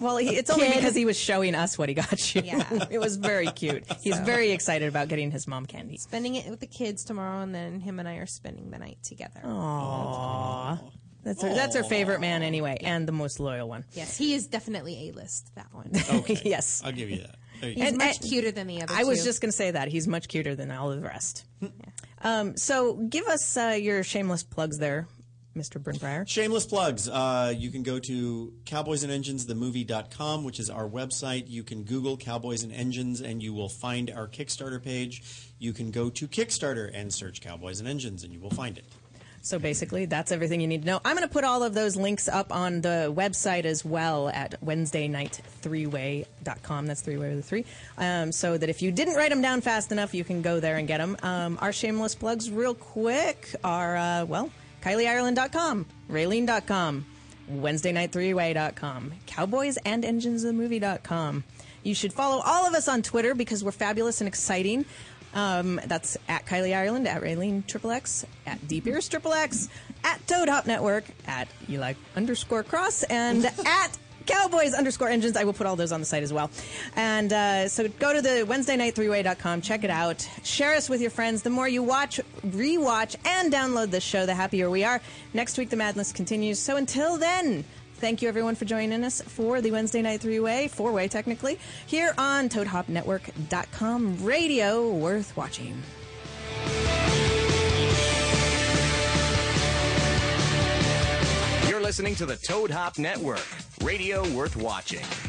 S4: well, he, it's only because he was showing us what he got you.
S6: Yeah.
S4: [laughs] it was very
S6: [laughs]
S4: cute. He's
S6: So-
S4: very excited about getting his mom candy.
S6: spending it with the kids tomorrow, and then him and I are spending the night together.
S4: Aww. That's her, that's her favorite man anyway, and the most loyal one. [laughs]
S6: Yes, he is definitely a list. That one.
S4: Oh, yes.
S7: I'll give you that.
S5: [laughs]
S6: He's much cuter than the other.
S4: I was
S6: two.
S4: just going to say that he's much cuter than all of the rest.
S6: Hmm.
S4: Um, so give us uh, your shameless plugs there, Mr. Brinbrier.
S7: Shameless plugs. Uh, you can go to cowboysandenginesthemovie.com, which is our website. You can Google Cowboys and Engines and you will find our Kickstarter page. You can go to Kickstarter and search Cowboys and Engines and you will find it.
S4: So basically, that's everything you need to know. I'm going to put all of those links up on the website as well at WednesdayNightThreeWay.com. That's three way with a three. Um, so that if you didn't write them down fast enough, you can go there and get them. Um, our shameless plugs, real quick, are uh, well, KylieIreland.com, Raylene.com, WednesdayNightThreeWay.com, CowboysAndEnginesOfTheMovie.com. You should follow all of us on Twitter because we're fabulous and exciting. Um, that's at Kylie Ireland, at Raylene Triple X, at Deep Ears Triple X, at Toad Hop Network, at Eli underscore Cross, and at Cowboys underscore Engines. I will put all those on the site as well. And uh, so go to the Wednesday Night Three Way.com, check it out, share us with your friends. The more you watch, rewatch, and download this show, the happier we are. Next week, the madness continues. So until then, Thank you, everyone, for joining us for the Wednesday Night Three Way, Four Way technically, here on ToadHopNetwork.com radio worth watching.
S15: You're listening to the Toad Hop Network, radio worth watching.